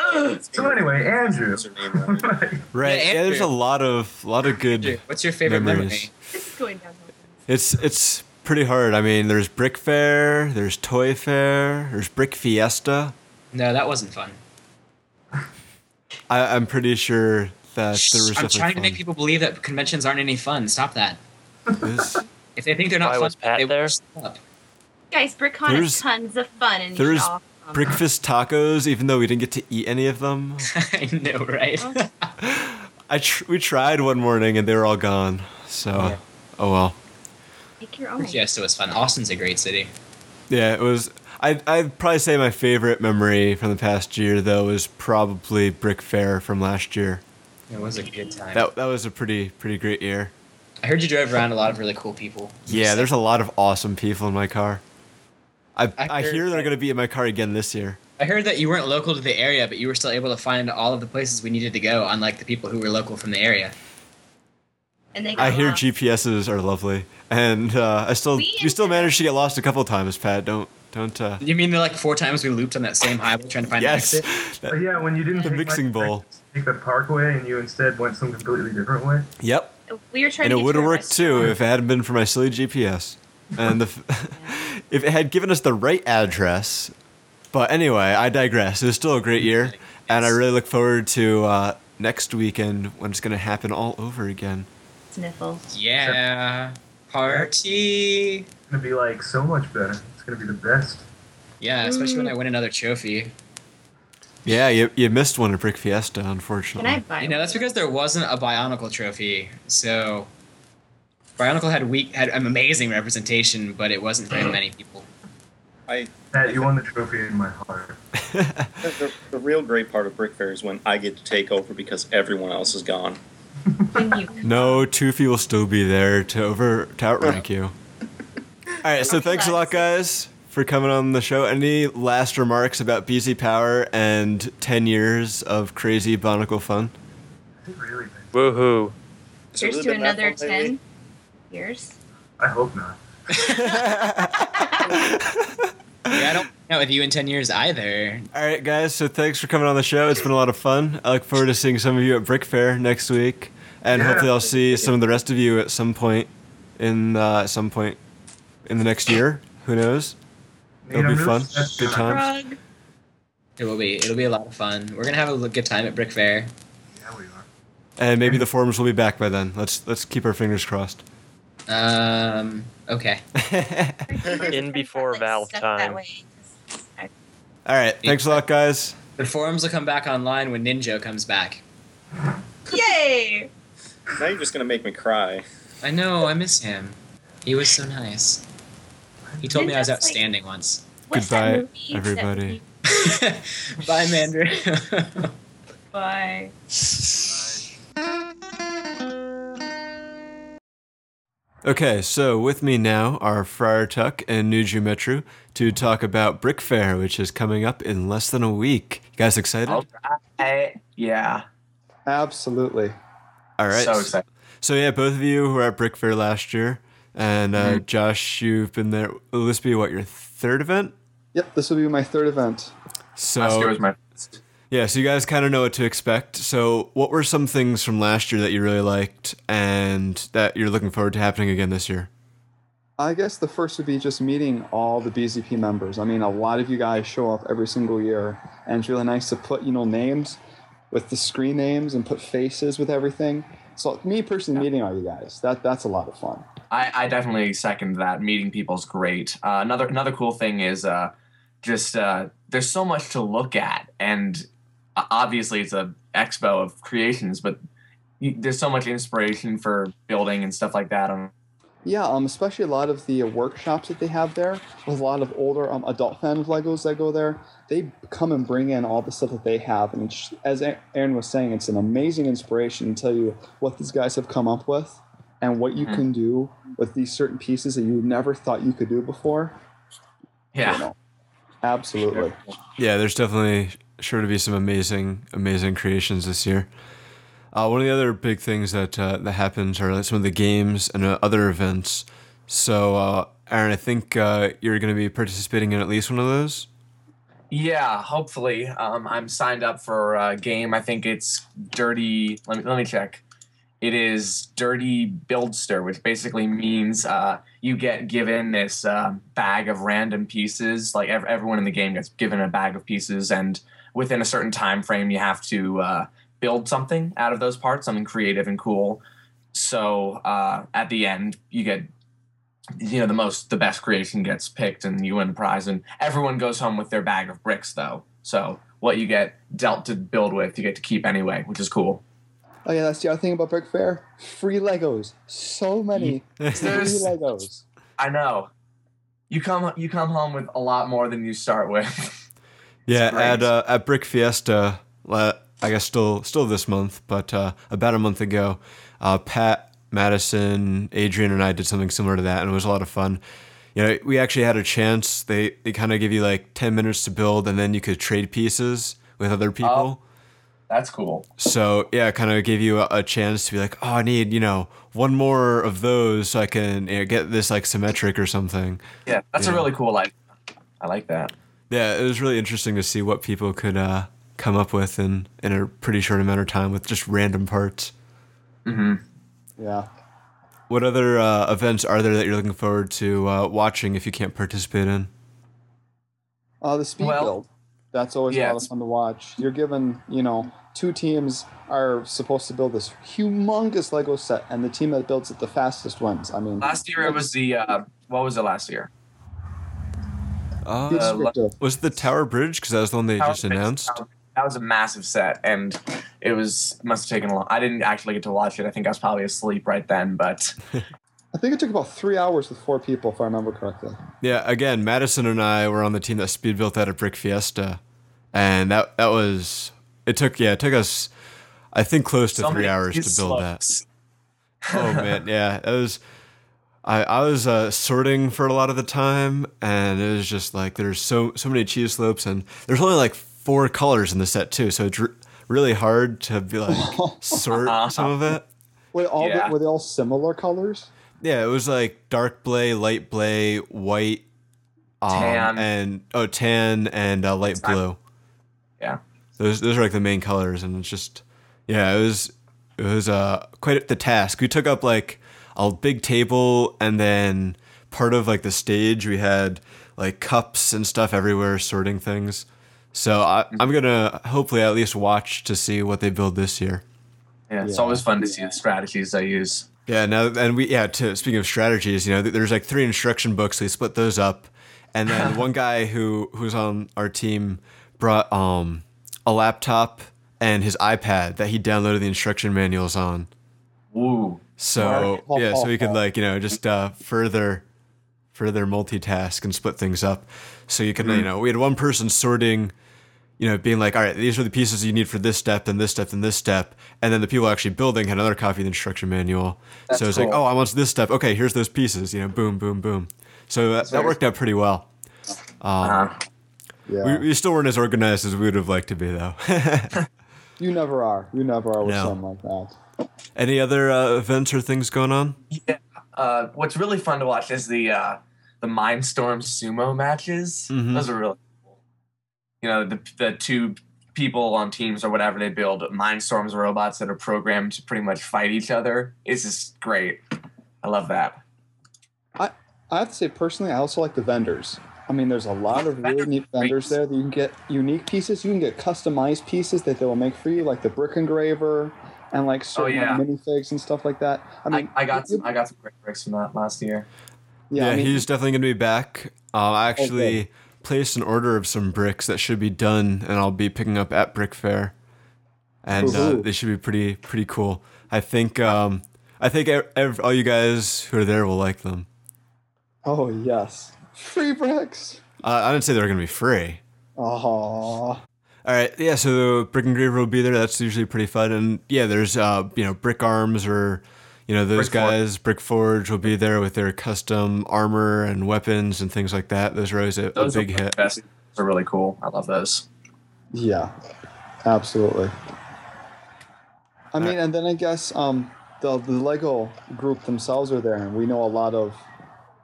[SPEAKER 5] Ugh.
[SPEAKER 4] So anyway, Andrew.
[SPEAKER 2] What's her name, Leonard?
[SPEAKER 1] Right. Yeah,
[SPEAKER 3] Yeah,
[SPEAKER 1] there's a
[SPEAKER 3] Andrew.
[SPEAKER 1] lot of lot of good.
[SPEAKER 3] Dude, what's your favorite
[SPEAKER 1] Memories.
[SPEAKER 3] memory?
[SPEAKER 5] This is going downhill.
[SPEAKER 1] It's it's pretty hard. I mean, there's Brick Fair, there's Toy Fair, there's Brick Fiesta.
[SPEAKER 3] No, that wasn't fun.
[SPEAKER 1] I, I'm pretty sure that
[SPEAKER 3] Shh,
[SPEAKER 1] there was
[SPEAKER 3] I'm
[SPEAKER 1] definitely
[SPEAKER 3] trying to
[SPEAKER 1] fun.
[SPEAKER 3] make people believe that conventions aren't any fun. Stop that.
[SPEAKER 1] There's,
[SPEAKER 3] If they think they're not
[SPEAKER 6] Why
[SPEAKER 3] fun,
[SPEAKER 6] was Pat
[SPEAKER 3] they
[SPEAKER 6] there?
[SPEAKER 3] will stop.
[SPEAKER 5] Guys, BrickCon
[SPEAKER 1] There's-
[SPEAKER 5] is tons of fun and
[SPEAKER 1] there's
[SPEAKER 5] y'all- um,
[SPEAKER 1] breakfast tacos, even though we didn't get to eat any of them.
[SPEAKER 3] I know, right?
[SPEAKER 1] I tr- we tried one morning and they were all gone. So,
[SPEAKER 3] Yeah.
[SPEAKER 1] oh well.
[SPEAKER 5] Make your own.
[SPEAKER 3] Brick Fiesta was fun. Austin's a great city.
[SPEAKER 1] Yeah, it was. I I'd probably say my favorite memory from the past year though is probably Brick Fair from last year.
[SPEAKER 3] It was a good time.
[SPEAKER 1] That that was a pretty pretty great year.
[SPEAKER 3] I heard you drove around a lot of really cool people.
[SPEAKER 1] Yeah, there's a lot of awesome people in my car. I I,
[SPEAKER 3] I heard
[SPEAKER 1] hear they're
[SPEAKER 3] that-
[SPEAKER 1] going to be in my car again this year.
[SPEAKER 3] I heard that you weren't local to the area, but you were still able to find all of the places we needed to go, unlike the people who were local from the area.
[SPEAKER 5] And they
[SPEAKER 1] I
[SPEAKER 5] go
[SPEAKER 1] hear
[SPEAKER 5] on.
[SPEAKER 1] GPSs are lovely, and uh, I still
[SPEAKER 5] We-
[SPEAKER 1] we still managed to get lost a couple times. Pat, don't don't. Uh,
[SPEAKER 3] You mean the like four times we looped on that same highway trying to find
[SPEAKER 1] yes,
[SPEAKER 3] an exit?
[SPEAKER 4] Oh, yeah, when you didn't
[SPEAKER 1] The
[SPEAKER 4] take my
[SPEAKER 1] mixing bowl.
[SPEAKER 4] directions, Take the parkway, and you instead went some completely different way.
[SPEAKER 1] yep,
[SPEAKER 5] We were trying
[SPEAKER 1] and
[SPEAKER 5] to
[SPEAKER 1] it
[SPEAKER 5] get
[SPEAKER 1] would
[SPEAKER 5] to
[SPEAKER 1] have
[SPEAKER 5] a
[SPEAKER 1] worked too
[SPEAKER 5] restaurant.
[SPEAKER 1] if it hadn't been for my silly GPS, and the f- if it had given us the right address. But anyway, I digress. It was still a great year, and I really look forward to uh, next weekend when it's going to happen all over again.
[SPEAKER 5] Sniffle.
[SPEAKER 3] Yeah. Party.
[SPEAKER 4] It's gonna be like so much better. It's gonna be the best.
[SPEAKER 3] Yeah, especially
[SPEAKER 5] Mm.
[SPEAKER 3] when I win another trophy.
[SPEAKER 1] Yeah, you, you missed one at Brick Fiesta,
[SPEAKER 5] Can
[SPEAKER 1] unfortunately.
[SPEAKER 5] I buy?
[SPEAKER 3] You know, that's because there wasn't a Bionicle trophy. So Bionicle had weak had an amazing representation, but it wasn't very many people.
[SPEAKER 2] I,
[SPEAKER 4] Pat, you won the trophy in my heart.
[SPEAKER 2] the, the, the real great part of Brick Fair is when I get to take over because everyone else is gone.
[SPEAKER 5] one? When you-
[SPEAKER 1] No, Toofy will still be there to over to outrank you. All right, so thanks a lot, guys, for coming on the show. Any last remarks about BC Power and ten years of crazy Bonicle fun?
[SPEAKER 4] Really, man.
[SPEAKER 6] Woohoo.
[SPEAKER 2] Has it
[SPEAKER 5] Here's
[SPEAKER 2] really
[SPEAKER 5] to
[SPEAKER 2] been that
[SPEAKER 5] another
[SPEAKER 2] long lately?
[SPEAKER 5] ten years.
[SPEAKER 4] I hope not.
[SPEAKER 3] Yeah, I don't hang out with you in ten years either.
[SPEAKER 1] All right, guys, so thanks for coming on the show. It's been a lot of fun. I look forward to seeing some of you at Brick Fair next week, and
[SPEAKER 4] Yeah.
[SPEAKER 1] hopefully, I'll see some of the rest of you at some point in uh, at some point in the next year. Who knows?
[SPEAKER 4] Nate,
[SPEAKER 1] It'll
[SPEAKER 4] I'm
[SPEAKER 1] be
[SPEAKER 4] really
[SPEAKER 1] fun.
[SPEAKER 4] upset.
[SPEAKER 1] Good times.
[SPEAKER 5] Rug.
[SPEAKER 3] It will be it'll be a lot of fun. We're gonna have a good time at Brick Fair.
[SPEAKER 4] Yeah, we are.
[SPEAKER 1] And maybe the forums will be back by then. Let's let's keep our fingers crossed.
[SPEAKER 3] Um okay.
[SPEAKER 6] In before
[SPEAKER 5] Like,
[SPEAKER 6] Valve
[SPEAKER 5] stuck
[SPEAKER 6] time.
[SPEAKER 5] That way. I-
[SPEAKER 1] All right. Thanks a lot, guys.
[SPEAKER 3] The forums will come back online when Ninja comes back.
[SPEAKER 5] Yay!
[SPEAKER 2] Now you're just gonna make me cry.
[SPEAKER 3] I know, I miss him. He was so nice. He told me I was
[SPEAKER 5] Ninja's like-
[SPEAKER 3] outstanding once.
[SPEAKER 5] What's that
[SPEAKER 1] Goodbye,
[SPEAKER 5] movie that
[SPEAKER 1] everybody.
[SPEAKER 5] we-
[SPEAKER 3] Bye, Mandarin.
[SPEAKER 5] Bye.
[SPEAKER 4] Bye.
[SPEAKER 1] Okay, so with me now are Friar Tuck and Nuju Metru to talk about Brick Fair, which is coming up in less than a week. You guys excited?
[SPEAKER 7] All right. Yeah.
[SPEAKER 8] Absolutely.
[SPEAKER 1] All right.
[SPEAKER 7] So excited.
[SPEAKER 1] So yeah, both of you were at Brick Fair last year, and uh,
[SPEAKER 7] Mm-hmm.
[SPEAKER 1] Josh, you've been there. Will this be what your third event?
[SPEAKER 8] Yep, this will be my third event.
[SPEAKER 1] So
[SPEAKER 7] Last year was my first.
[SPEAKER 1] yeah, so you guys kind of know what to expect. So what were some things from last year that you really liked and that you're looking forward to happening again this year?
[SPEAKER 8] I guess the first would be just meeting all the BZP members. I mean, a lot of you guys show up every single year, and it's really nice to put, you know, names with the screen names and put faces with everything. So me personally meeting all you guys, that that's a lot of fun.
[SPEAKER 7] I, I definitely second that. Meeting people is great. Uh, another another cool thing is uh, just uh, there's so much to look at, and uh, obviously it's a expo of creations, but you, there's so much inspiration for building and stuff like that. Um,
[SPEAKER 8] Yeah, um, especially a lot of the workshops that they have there with a lot of older um, adult fan of Legos that go there. They come and bring in all the stuff that they have, and it's, as A- Aaron was saying, it's an amazing inspiration to tell you what these guys have come up with and what you
[SPEAKER 7] Mhm.
[SPEAKER 8] can do with these certain pieces that you never thought you could do before. You
[SPEAKER 7] yeah,
[SPEAKER 8] know, absolutely.
[SPEAKER 1] Yeah, there's definitely sure to be some amazing, amazing creations this year. Uh, one of the other big things that uh, that happens are some of the games and uh, other events. So, uh, Aaron, I think uh, you're going to be participating in at least one of those.
[SPEAKER 7] yeah. Hopefully, um, I'm signed up for a game. I think it's dirty. Let me let me check. It is dirty buildster, which basically means uh, you get given this uh, bag of random pieces. Like ev- everyone in the game gets given a bag of pieces, and within a certain time frame, you have to uh, build something out of those parts, something creative and cool. So uh, at the end, you get you know the most the best creation gets picked, and you win a prize. And everyone goes home with their bag of bricks, though. So what you get dealt to build with, you get to keep anyway, which is cool.
[SPEAKER 8] Oh yeah, that's the other thing about Brick Fair: free Legos. So many free
[SPEAKER 7] There's-
[SPEAKER 8] Legos.
[SPEAKER 7] I know. You come you come home with a lot more than you start with.
[SPEAKER 1] Yeah,
[SPEAKER 7] great.
[SPEAKER 1] at uh, at Brick Fiesta, la- I guess still still this month, but uh, about a month ago, uh, Pat, Madison, Adrian, and I did something similar to that, and it was a lot of fun. You know, we actually had a chance. They they kind of give you like ten minutes to build, and then you could trade pieces with other people.
[SPEAKER 7] That's cool.
[SPEAKER 1] So yeah, kind of gave you a, a chance to be like, oh, I need you know one more of those so I can you know, get this like symmetric or something.
[SPEAKER 7] Yeah, that's
[SPEAKER 1] Yeah.
[SPEAKER 7] a really cool idea. I like that.
[SPEAKER 1] Yeah, it was really interesting to see what people could uh, come up with in, in a pretty short amount of time with just random parts.
[SPEAKER 7] Mm-hmm.
[SPEAKER 8] Yeah.
[SPEAKER 1] What other uh, events are there that you're looking forward to uh, watching if you can't participate in?
[SPEAKER 8] Uh, the speed
[SPEAKER 7] Well-
[SPEAKER 8] build. That's always a lot
[SPEAKER 7] Yes.
[SPEAKER 8] of fun to watch. You're given, you know, two teams are supposed to build this humongous Lego set, and the team that builds it the fastest wins. I mean,
[SPEAKER 7] Last year it was the uh, what was it last year?
[SPEAKER 1] Uh,
[SPEAKER 8] descriptive.
[SPEAKER 1] was it the Tower Bridge? Because that was the one they
[SPEAKER 7] Power
[SPEAKER 1] just
[SPEAKER 7] Rangers.
[SPEAKER 1] announced.
[SPEAKER 7] That was a massive set, and it was must have taken a long. I didn't actually get to watch it. I think I was probably asleep right then. But
[SPEAKER 8] I think it took about three hours with four people, if I remember correctly.
[SPEAKER 1] Yeah, again, Madison and I were on the team that speed built out of Brick Fiesta, and that that was it took yeah it took us I think close to
[SPEAKER 7] so
[SPEAKER 1] three
[SPEAKER 7] many
[SPEAKER 1] hours to build
[SPEAKER 7] cheese
[SPEAKER 1] that.
[SPEAKER 7] slopes.
[SPEAKER 1] oh man, yeah, it was. I I was uh, sorting for a lot of the time, and it was just like there's so so many cheese slopes, and there's only like four colors in the set too, so it's r- really hard to be like sort some of it.
[SPEAKER 8] Wait, all
[SPEAKER 7] Uh-huh. Yeah.
[SPEAKER 8] the, were they all similar colors?
[SPEAKER 1] Yeah, it was like dark blay, light blay, white, um,
[SPEAKER 7] Tan.
[SPEAKER 1] and oh tan and uh, light blue.
[SPEAKER 7] Yeah.
[SPEAKER 1] Those those are like the main colors, and it's just yeah, it was it was uh quite the task. We took up like a big table, and then part of like the stage we had like cups and stuff everywhere, sorting things. So I,
[SPEAKER 7] Mm-hmm.
[SPEAKER 1] I'm gonna hopefully at least watch to see what they build this year.
[SPEAKER 7] Yeah, it's
[SPEAKER 8] Yeah.
[SPEAKER 7] always fun to see the strategies they use.
[SPEAKER 1] Yeah, now and we yeah. To speaking of strategies, you know, th- there's like three instruction books. So we split those up, and then one guy who who's on our team brought um a laptop and his iPad that he downloaded the instruction manuals on.
[SPEAKER 7] Woo.
[SPEAKER 1] So yeah, so he could like you know just uh,
[SPEAKER 7] Mm.
[SPEAKER 1] further further multitask and split things up. So you could you know we had one person sorting you know, being like, all right, these are the pieces you need for this step, and this step, and this step, and then the people actually building had another copy of the instruction manual.
[SPEAKER 7] That's
[SPEAKER 1] so it's like,
[SPEAKER 7] cool.
[SPEAKER 1] oh, I want this step. Okay, here's those pieces. You know, boom, boom, boom. So that, that
[SPEAKER 7] very-
[SPEAKER 1] worked out pretty well. Um,
[SPEAKER 7] Uh,
[SPEAKER 8] Yeah.
[SPEAKER 1] we, we still weren't as organized as we would have liked to be, though.
[SPEAKER 8] you never are. You never are with
[SPEAKER 1] No.
[SPEAKER 8] something like that.
[SPEAKER 1] Any other uh, events or things going on?
[SPEAKER 7] yeah. Uh, what's really fun to watch is the uh, the Mindstorm sumo matches.
[SPEAKER 8] Mm-hmm.
[SPEAKER 1] Mhm.
[SPEAKER 7] Those are really cool. You know, the the two people on teams or whatever they build Mindstorms robots that are programmed to pretty much fight each other. It's just great. I love that.
[SPEAKER 8] I have to say, personally, I also like the vendors. I mean, there's a lot of really neat vendors there that you can get unique pieces. You can get customized pieces that they will make for you, like the brick engraver and like certain
[SPEAKER 7] Oh, yeah.
[SPEAKER 8] like, minifigs and stuff like that. I
[SPEAKER 7] I,
[SPEAKER 8] mean,
[SPEAKER 7] I got
[SPEAKER 8] you-
[SPEAKER 7] some I got some great breaks from that last year.
[SPEAKER 1] Yeah,
[SPEAKER 8] yeah, I mean,
[SPEAKER 1] he's definitely going to be back. Uh,
[SPEAKER 7] Oh,
[SPEAKER 1] I actually placed an order of some bricks that should be done, and I'll be picking up at Brick Fair, and uh,
[SPEAKER 8] Woohoo.
[SPEAKER 1] they should be pretty pretty cool. I think um, I think ev- ev- all you guys who are there will like them.
[SPEAKER 8] oh yes, free bricks.
[SPEAKER 1] Uh, I didn't say they were going to be free.
[SPEAKER 8] Oh,
[SPEAKER 1] All right, yeah. So Brick and Graver will be there. That's usually pretty fun, and yeah, there's uh, you know Brick Arms or you know those
[SPEAKER 7] Brick Forge.
[SPEAKER 1] guys. Brick Forge will be there with their custom armor and weapons and things like that. Those are always a, a
[SPEAKER 7] Those
[SPEAKER 1] big
[SPEAKER 7] are
[SPEAKER 1] hit.
[SPEAKER 7] Best. Those are really cool. I love those.
[SPEAKER 8] yeah, absolutely. I mean, and then I guess um, the the Lego group themselves are there, and we know a lot of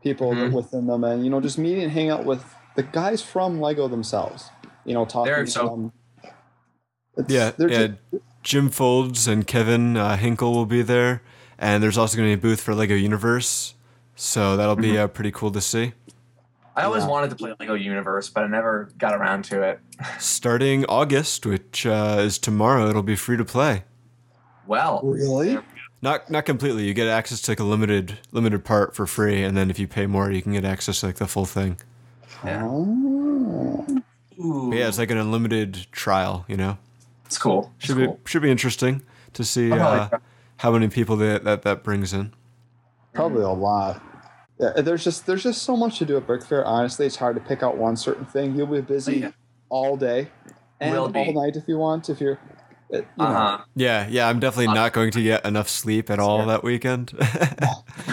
[SPEAKER 8] people
[SPEAKER 7] Mhm.
[SPEAKER 8] within them, and you know, just meeting and hang out with the guys from Lego themselves. You know, talking
[SPEAKER 7] They're
[SPEAKER 8] to
[SPEAKER 7] so-
[SPEAKER 8] them. It's-
[SPEAKER 1] Yeah,
[SPEAKER 8] they're
[SPEAKER 1] yeah.
[SPEAKER 8] ju-
[SPEAKER 1] Jim Folds and Kevin uh, Hinkle will be there, and there's also going to be a booth for Lego Universe, so that'll be
[SPEAKER 7] Mm-hmm.
[SPEAKER 1] uh, pretty cool to see.
[SPEAKER 7] I always
[SPEAKER 8] Yeah.
[SPEAKER 7] wanted to play Lego Universe, but I never got around to it.
[SPEAKER 1] Starting August, which uh, is tomorrow, it'll be free to play.
[SPEAKER 7] Well,
[SPEAKER 8] really.
[SPEAKER 1] Not not completely. You get access to like a limited limited part for free, and then if you pay more, you can get access to like the full thing.
[SPEAKER 7] yeah.
[SPEAKER 8] Oh.
[SPEAKER 7] Ooh,
[SPEAKER 1] But yeah, it's like an unlimited trial. You know,
[SPEAKER 7] it's cool. It's
[SPEAKER 1] should
[SPEAKER 7] cool. Oh,
[SPEAKER 1] be should be interesting to see
[SPEAKER 7] I
[SPEAKER 1] uh,
[SPEAKER 7] like that.
[SPEAKER 1] how many people that, that that brings in.
[SPEAKER 8] Probably a lot. Yeah, there's just there's just so much to do at Brick Fair. Honestly, it's hard to pick out one certain thing. You'll be busy
[SPEAKER 7] Oh, Yeah.
[SPEAKER 8] all day and
[SPEAKER 7] Will
[SPEAKER 8] all
[SPEAKER 7] be.
[SPEAKER 8] night if you want. If you're, uh, you know.
[SPEAKER 7] Uh-huh.
[SPEAKER 1] Yeah, yeah, I'm definitely not going to get enough sleep at all that weekend.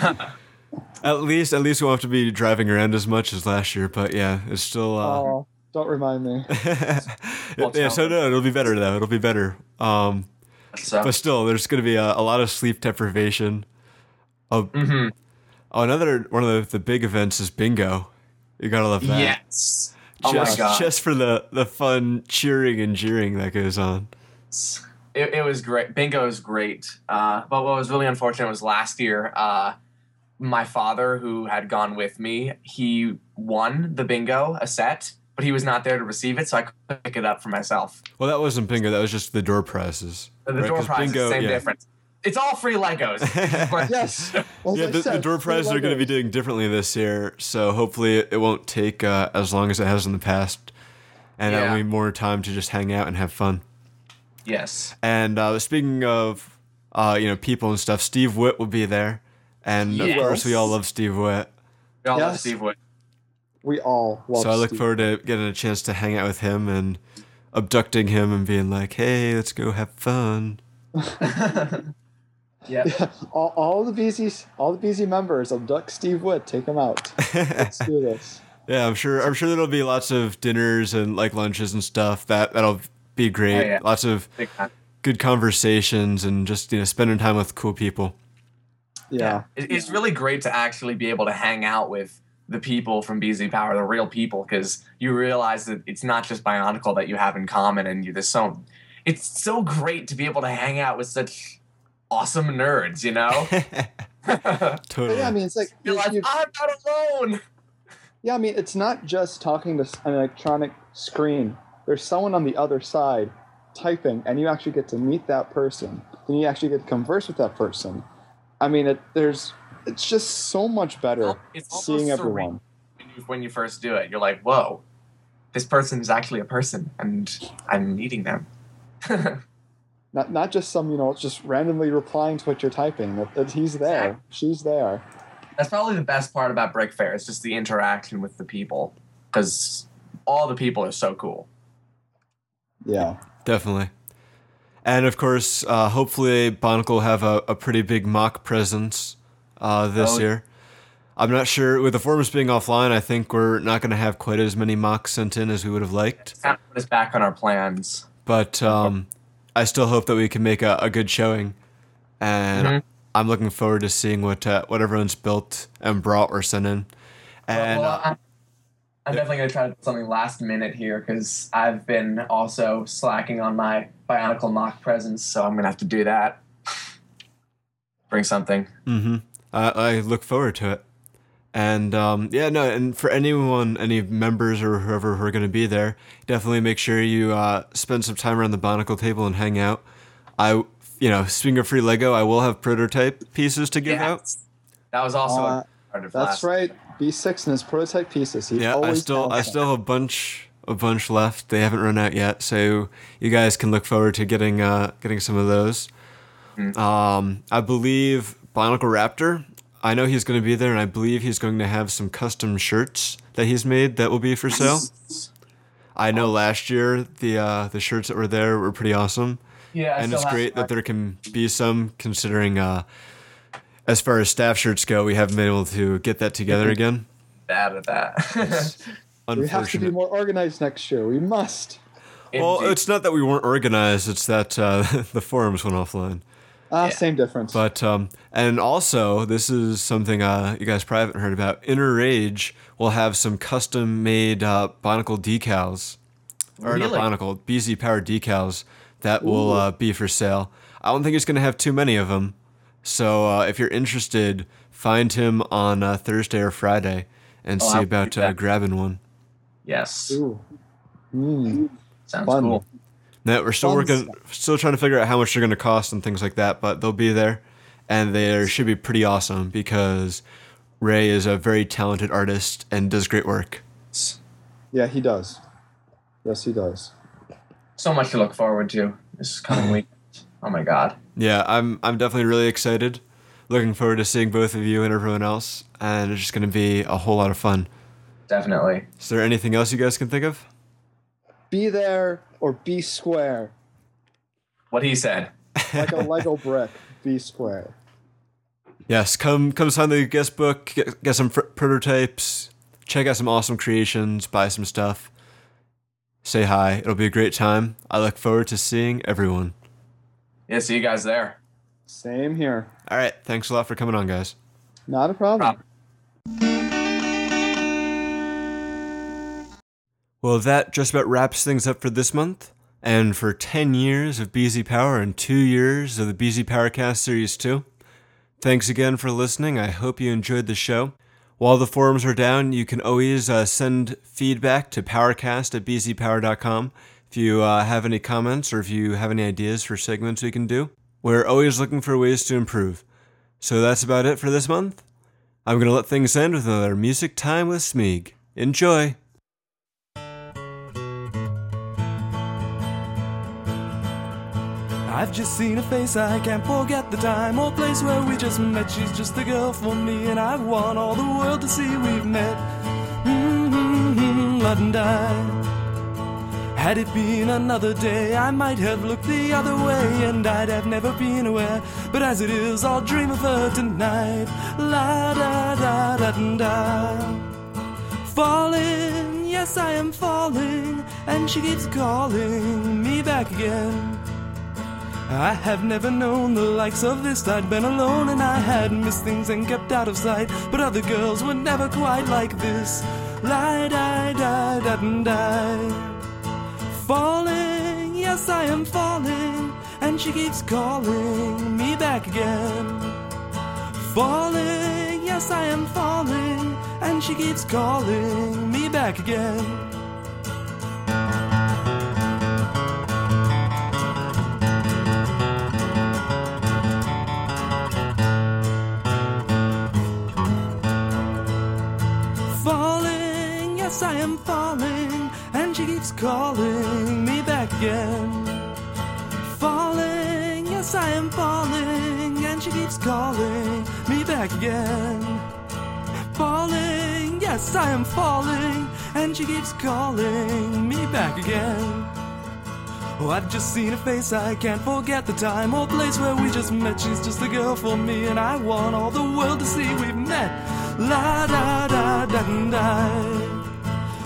[SPEAKER 1] at least, at least we won't have to be driving around as much as last year. But yeah, it's still. Uh,
[SPEAKER 8] Oh, don't remind me.
[SPEAKER 1] it- yeah, so no, it'll be better though. It'll be better. Um,
[SPEAKER 7] So,
[SPEAKER 1] but still, there's going to be a, a lot of sleep deprivation. Oh,
[SPEAKER 7] hmm
[SPEAKER 1] oh, another one of the, the big events is bingo. You gotta love that.
[SPEAKER 3] Yes.
[SPEAKER 7] Oh my
[SPEAKER 1] just,
[SPEAKER 7] God.
[SPEAKER 1] just for the the fun cheering and jeering that goes on.
[SPEAKER 7] it, it was great. Bingo is great. Uh, but what was really unfortunate was last year, uh, my father, who had gone with me, he won the bingo a set, but he was not there to receive it, so I couldn't pick it up for myself.
[SPEAKER 1] Well, that wasn't bingo. That was just the door prizes.
[SPEAKER 7] The
[SPEAKER 1] Right,
[SPEAKER 7] door
[SPEAKER 1] 'cause
[SPEAKER 7] prize is
[SPEAKER 1] bingo-
[SPEAKER 7] the same
[SPEAKER 1] yeah.
[SPEAKER 7] difference. It's all free Legos. Of course.
[SPEAKER 8] yes. Well,
[SPEAKER 1] yeah,
[SPEAKER 8] as I
[SPEAKER 1] the, the
[SPEAKER 8] said,
[SPEAKER 1] door
[SPEAKER 8] free
[SPEAKER 1] prizes are going to be
[SPEAKER 8] Legos.
[SPEAKER 1] doing differently this year, so hopefully it it won't take uh, as long as it has in the past, and
[SPEAKER 7] Yeah.
[SPEAKER 1] it'll be more time to just hang out and have fun.
[SPEAKER 7] Yes.
[SPEAKER 1] And uh, speaking of, uh, you know, people and stuff, Steve Witt will be there, and of
[SPEAKER 3] Yes.
[SPEAKER 1] course we all love Steve Witt,
[SPEAKER 7] We all love
[SPEAKER 8] Yes.
[SPEAKER 7] Steve Wood.
[SPEAKER 8] We all love.
[SPEAKER 1] so I look
[SPEAKER 8] Steve.
[SPEAKER 1] forward to getting a chance to hang out with him and abducting him and being like, "Hey, let's go have fun."
[SPEAKER 7] Yep.
[SPEAKER 8] all, all the BZ all the BZ members abduct Steve Wood. Take him out. Let's do this.
[SPEAKER 1] Yeah, I'm sure. I'm sure there'll be lots of dinners and like lunches and stuff. That that'll be great.
[SPEAKER 7] Oh, yeah.
[SPEAKER 1] Lots of
[SPEAKER 7] Big time.
[SPEAKER 1] good conversations and just you know spending time with cool people.
[SPEAKER 8] Yeah.
[SPEAKER 7] It, it's really great to actually be able to hang out with the people from BZ Power, the real people, because you realize that it's not just Bionicle that you have in common, and you there's so it's so great to be able to hang out with such awesome nerds, you know.
[SPEAKER 8] But
[SPEAKER 1] Totally.
[SPEAKER 8] yeah, I mean, it's like
[SPEAKER 7] realize
[SPEAKER 8] you-
[SPEAKER 7] I'm not alone.
[SPEAKER 8] Yeah, I mean, it's not just talking to s- an electronic screen. There's someone on the other side typing, and you actually get to meet that person. And you actually get to converse with that person. I mean, it, there's it's just so much better
[SPEAKER 7] It's almost
[SPEAKER 8] seeing
[SPEAKER 7] surreal.
[SPEAKER 8] everyone.
[SPEAKER 7] When you- When you first do it, you're like, "Whoa, this person is actually a person, and I'm meeting them."
[SPEAKER 8] Not not just some you know just randomly replying to what you're typing. That, that he's there, she's there.
[SPEAKER 7] That's probably the best part about Brick Fair. It's just the interaction with the people, because all the people are so cool.
[SPEAKER 8] Yeah.
[SPEAKER 1] Definitely. And of course, uh, hopefully, Bonic will have a, a pretty big mock presence uh, this
[SPEAKER 7] Oh.
[SPEAKER 1] year. I'm not sure. With the forums being offline, I think we're not going to have quite as many mocks sent in as we would have liked.
[SPEAKER 7] It's kind of put us back on our plans.
[SPEAKER 1] But um, I still hope that we can make a, a good showing. And I'm looking forward to seeing what uh, what everyone's built and brought or sent in. And
[SPEAKER 7] well,
[SPEAKER 1] uh,
[SPEAKER 7] I'm, I'm definitely going to try to do something last minute here because I've been also slacking on my Bionicle mock presence, so I'm going to have to do that. Bring something.
[SPEAKER 1] Mm-hmm. I, I look forward to it. And um, yeah, no, and for anyone, any members or whoever who are going to be there, definitely make sure you uh, spend some time around the Bonicle table and hang out. I, you know, speaking of free Lego, I will have prototype pieces to give out.
[SPEAKER 7] That was also
[SPEAKER 8] Uh,
[SPEAKER 7] a part of last.
[SPEAKER 8] That's right. B6 and his prototype pieces. He
[SPEAKER 1] Yeah, I
[SPEAKER 8] always
[SPEAKER 1] still, I
[SPEAKER 8] has
[SPEAKER 1] still have a bunch, a bunch left. They haven't run out yet, so you guys can look forward to getting, uh, getting some of those. Um, I believe Bonicle Raptor. I know he's going to be there, and I believe he's going to have some custom shirts that he's made that will be for sale. I know last year the uh, the shirts that were there were pretty awesome,
[SPEAKER 7] Yeah, I
[SPEAKER 1] and
[SPEAKER 7] still
[SPEAKER 1] it's
[SPEAKER 7] have-
[SPEAKER 1] great that there can be some considering. Uh, as far as staff shirts go, we haven't been able to get that together again.
[SPEAKER 7] bad at that.
[SPEAKER 8] that. We have to be
[SPEAKER 1] Unfortunate.
[SPEAKER 8] more organized next year. We must.
[SPEAKER 1] Well,
[SPEAKER 7] Indeed.
[SPEAKER 1] it's not that we weren't organized; it's that uh, the forums went offline.
[SPEAKER 8] Ah,
[SPEAKER 7] Yeah.
[SPEAKER 8] same difference.
[SPEAKER 1] But um, and also this is something uh, you guys probably haven't heard about. Inner Rage will have some custom made uh, Bonicle decals, or not
[SPEAKER 7] Really?
[SPEAKER 1] Bonicle BZ Power decals that will uh, be for sale. I don't think it's going to have too many of them. So uh, if you're interested, find him on uh, Thursday or Friday and
[SPEAKER 7] Oh,
[SPEAKER 1] see
[SPEAKER 7] I'll
[SPEAKER 1] about
[SPEAKER 7] do
[SPEAKER 1] uh,
[SPEAKER 7] that.
[SPEAKER 1] grabbing one.
[SPEAKER 7] yes,
[SPEAKER 8] Ooh. Mm.
[SPEAKER 7] sounds
[SPEAKER 8] fun.
[SPEAKER 7] cool.
[SPEAKER 1] No, we're still
[SPEAKER 8] Fun
[SPEAKER 1] working, still trying to figure out how much they're going to cost and things like that, but they'll be there, and they should be pretty awesome because Ray is a very talented artist and does great work.
[SPEAKER 8] Yeah, he does. Yes, he does.
[SPEAKER 7] So much to look forward to this coming week. Oh my god.
[SPEAKER 1] Yeah, I'm I'm definitely really excited, looking forward to seeing both of you and everyone else, and it's just going to be a whole lot of fun.
[SPEAKER 7] Definitely.
[SPEAKER 1] Is there anything else you guys can think of?
[SPEAKER 8] Be there or be square.
[SPEAKER 7] What he said.
[SPEAKER 8] Like a Lego brick, be square.
[SPEAKER 1] Yes, come come sign the guest book, get, get some fr- prototypes, check out some awesome creations, buy some stuff, say hi. It'll be a great time. I look forward to seeing everyone.
[SPEAKER 7] Yeah, see you guys there.
[SPEAKER 8] Same here.
[SPEAKER 1] All right, thanks a lot for coming on, guys.
[SPEAKER 8] Not a problem.
[SPEAKER 7] Problem.
[SPEAKER 1] Well, that just about wraps things up for this month. And for 10 years of BZ Power and 2 years of the BZ Powercast Series 2. Thanks again for listening. I hope you enjoyed the show. While the forums are down, you can always uh, send feedback to powercast at bzpower.com if you uh, have any comments or if you have any ideas for segments we can do. We're always looking for ways to improve. So that's about it for this month. I'm going to let things end with another Music Time with Smeeg. Enjoy!
[SPEAKER 9] I've just seen a face, I can't forget the time or place where we just met. She's just the girl for me, and I want all the world to see we've met. Mm-hmm, blood and die. Had it been another day, I might have looked the other way, and I'd have never been aware. But as it is, I'll dream of her tonight. La da da da da da falling. Yes, I am falling, and she keeps calling me back again. I have never known the likes of this. I'd been alone and I had missed things and kept out of sight. But other girls were never quite like this. Lie, die, die, da, and die. Falling, yes, I am falling. And she keeps calling me back again. Falling, yes, I am falling. And she keeps calling me back again. falling, yes, I am falling, and she keeps calling me back again. Falling, yes, I am falling, and she keeps calling me back again. Falling, yes, I am falling, and she keeps calling me back again. Oh, I've just seen her face, I can't forget the time or place where we just met. She's just the girl for me, and I want all the world to see we've met. La da da da da.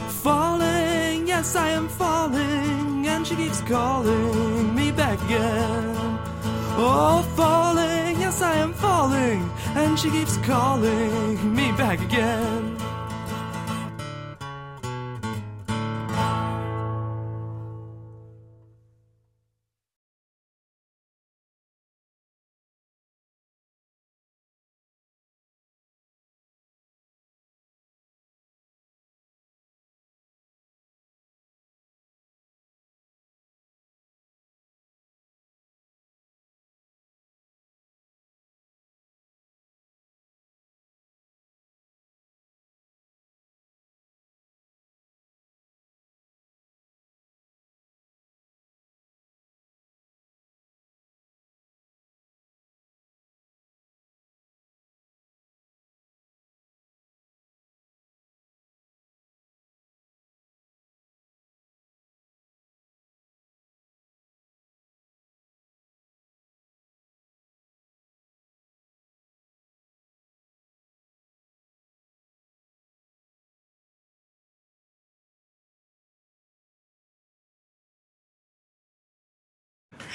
[SPEAKER 9] Falling, yes, I am falling, and she keeps calling me back again. Oh, falling, yes, I am falling, and she keeps calling me back again.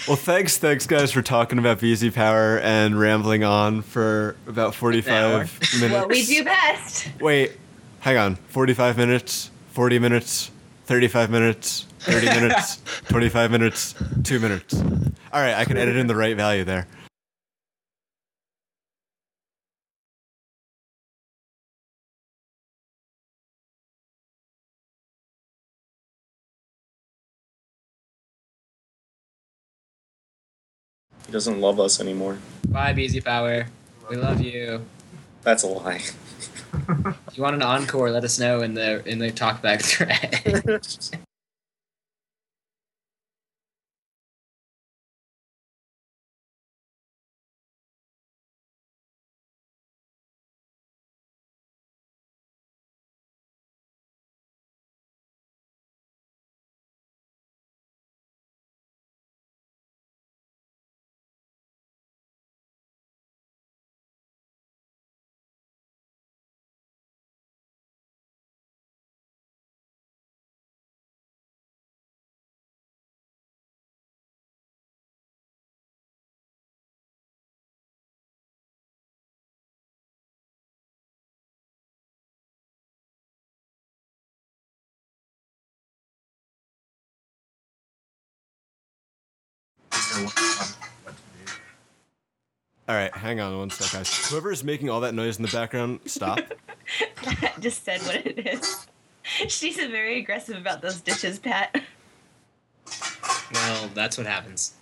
[SPEAKER 1] Well, thanks, thanks, guys, for talking about BZ Power and rambling on for about 45 minutes.
[SPEAKER 5] What we do best.
[SPEAKER 1] Wait, hang on. 45 minutes, 40 minutes, 35 minutes, 30 minutes, 25 minutes, 2 minutes. All right, I can edit in the right value there.
[SPEAKER 2] He doesn't love us anymore.
[SPEAKER 3] Bye, BZ Power. We love you.
[SPEAKER 2] That's a lie.
[SPEAKER 3] If you want an encore, let us know in the in the talkback thread.
[SPEAKER 1] All right, hang on one sec, guys. Whoever is making all that noise in the background, stop.
[SPEAKER 5] Pat just said what it is. She's very aggressive about those dishes, Pat.
[SPEAKER 3] well, that's what happens.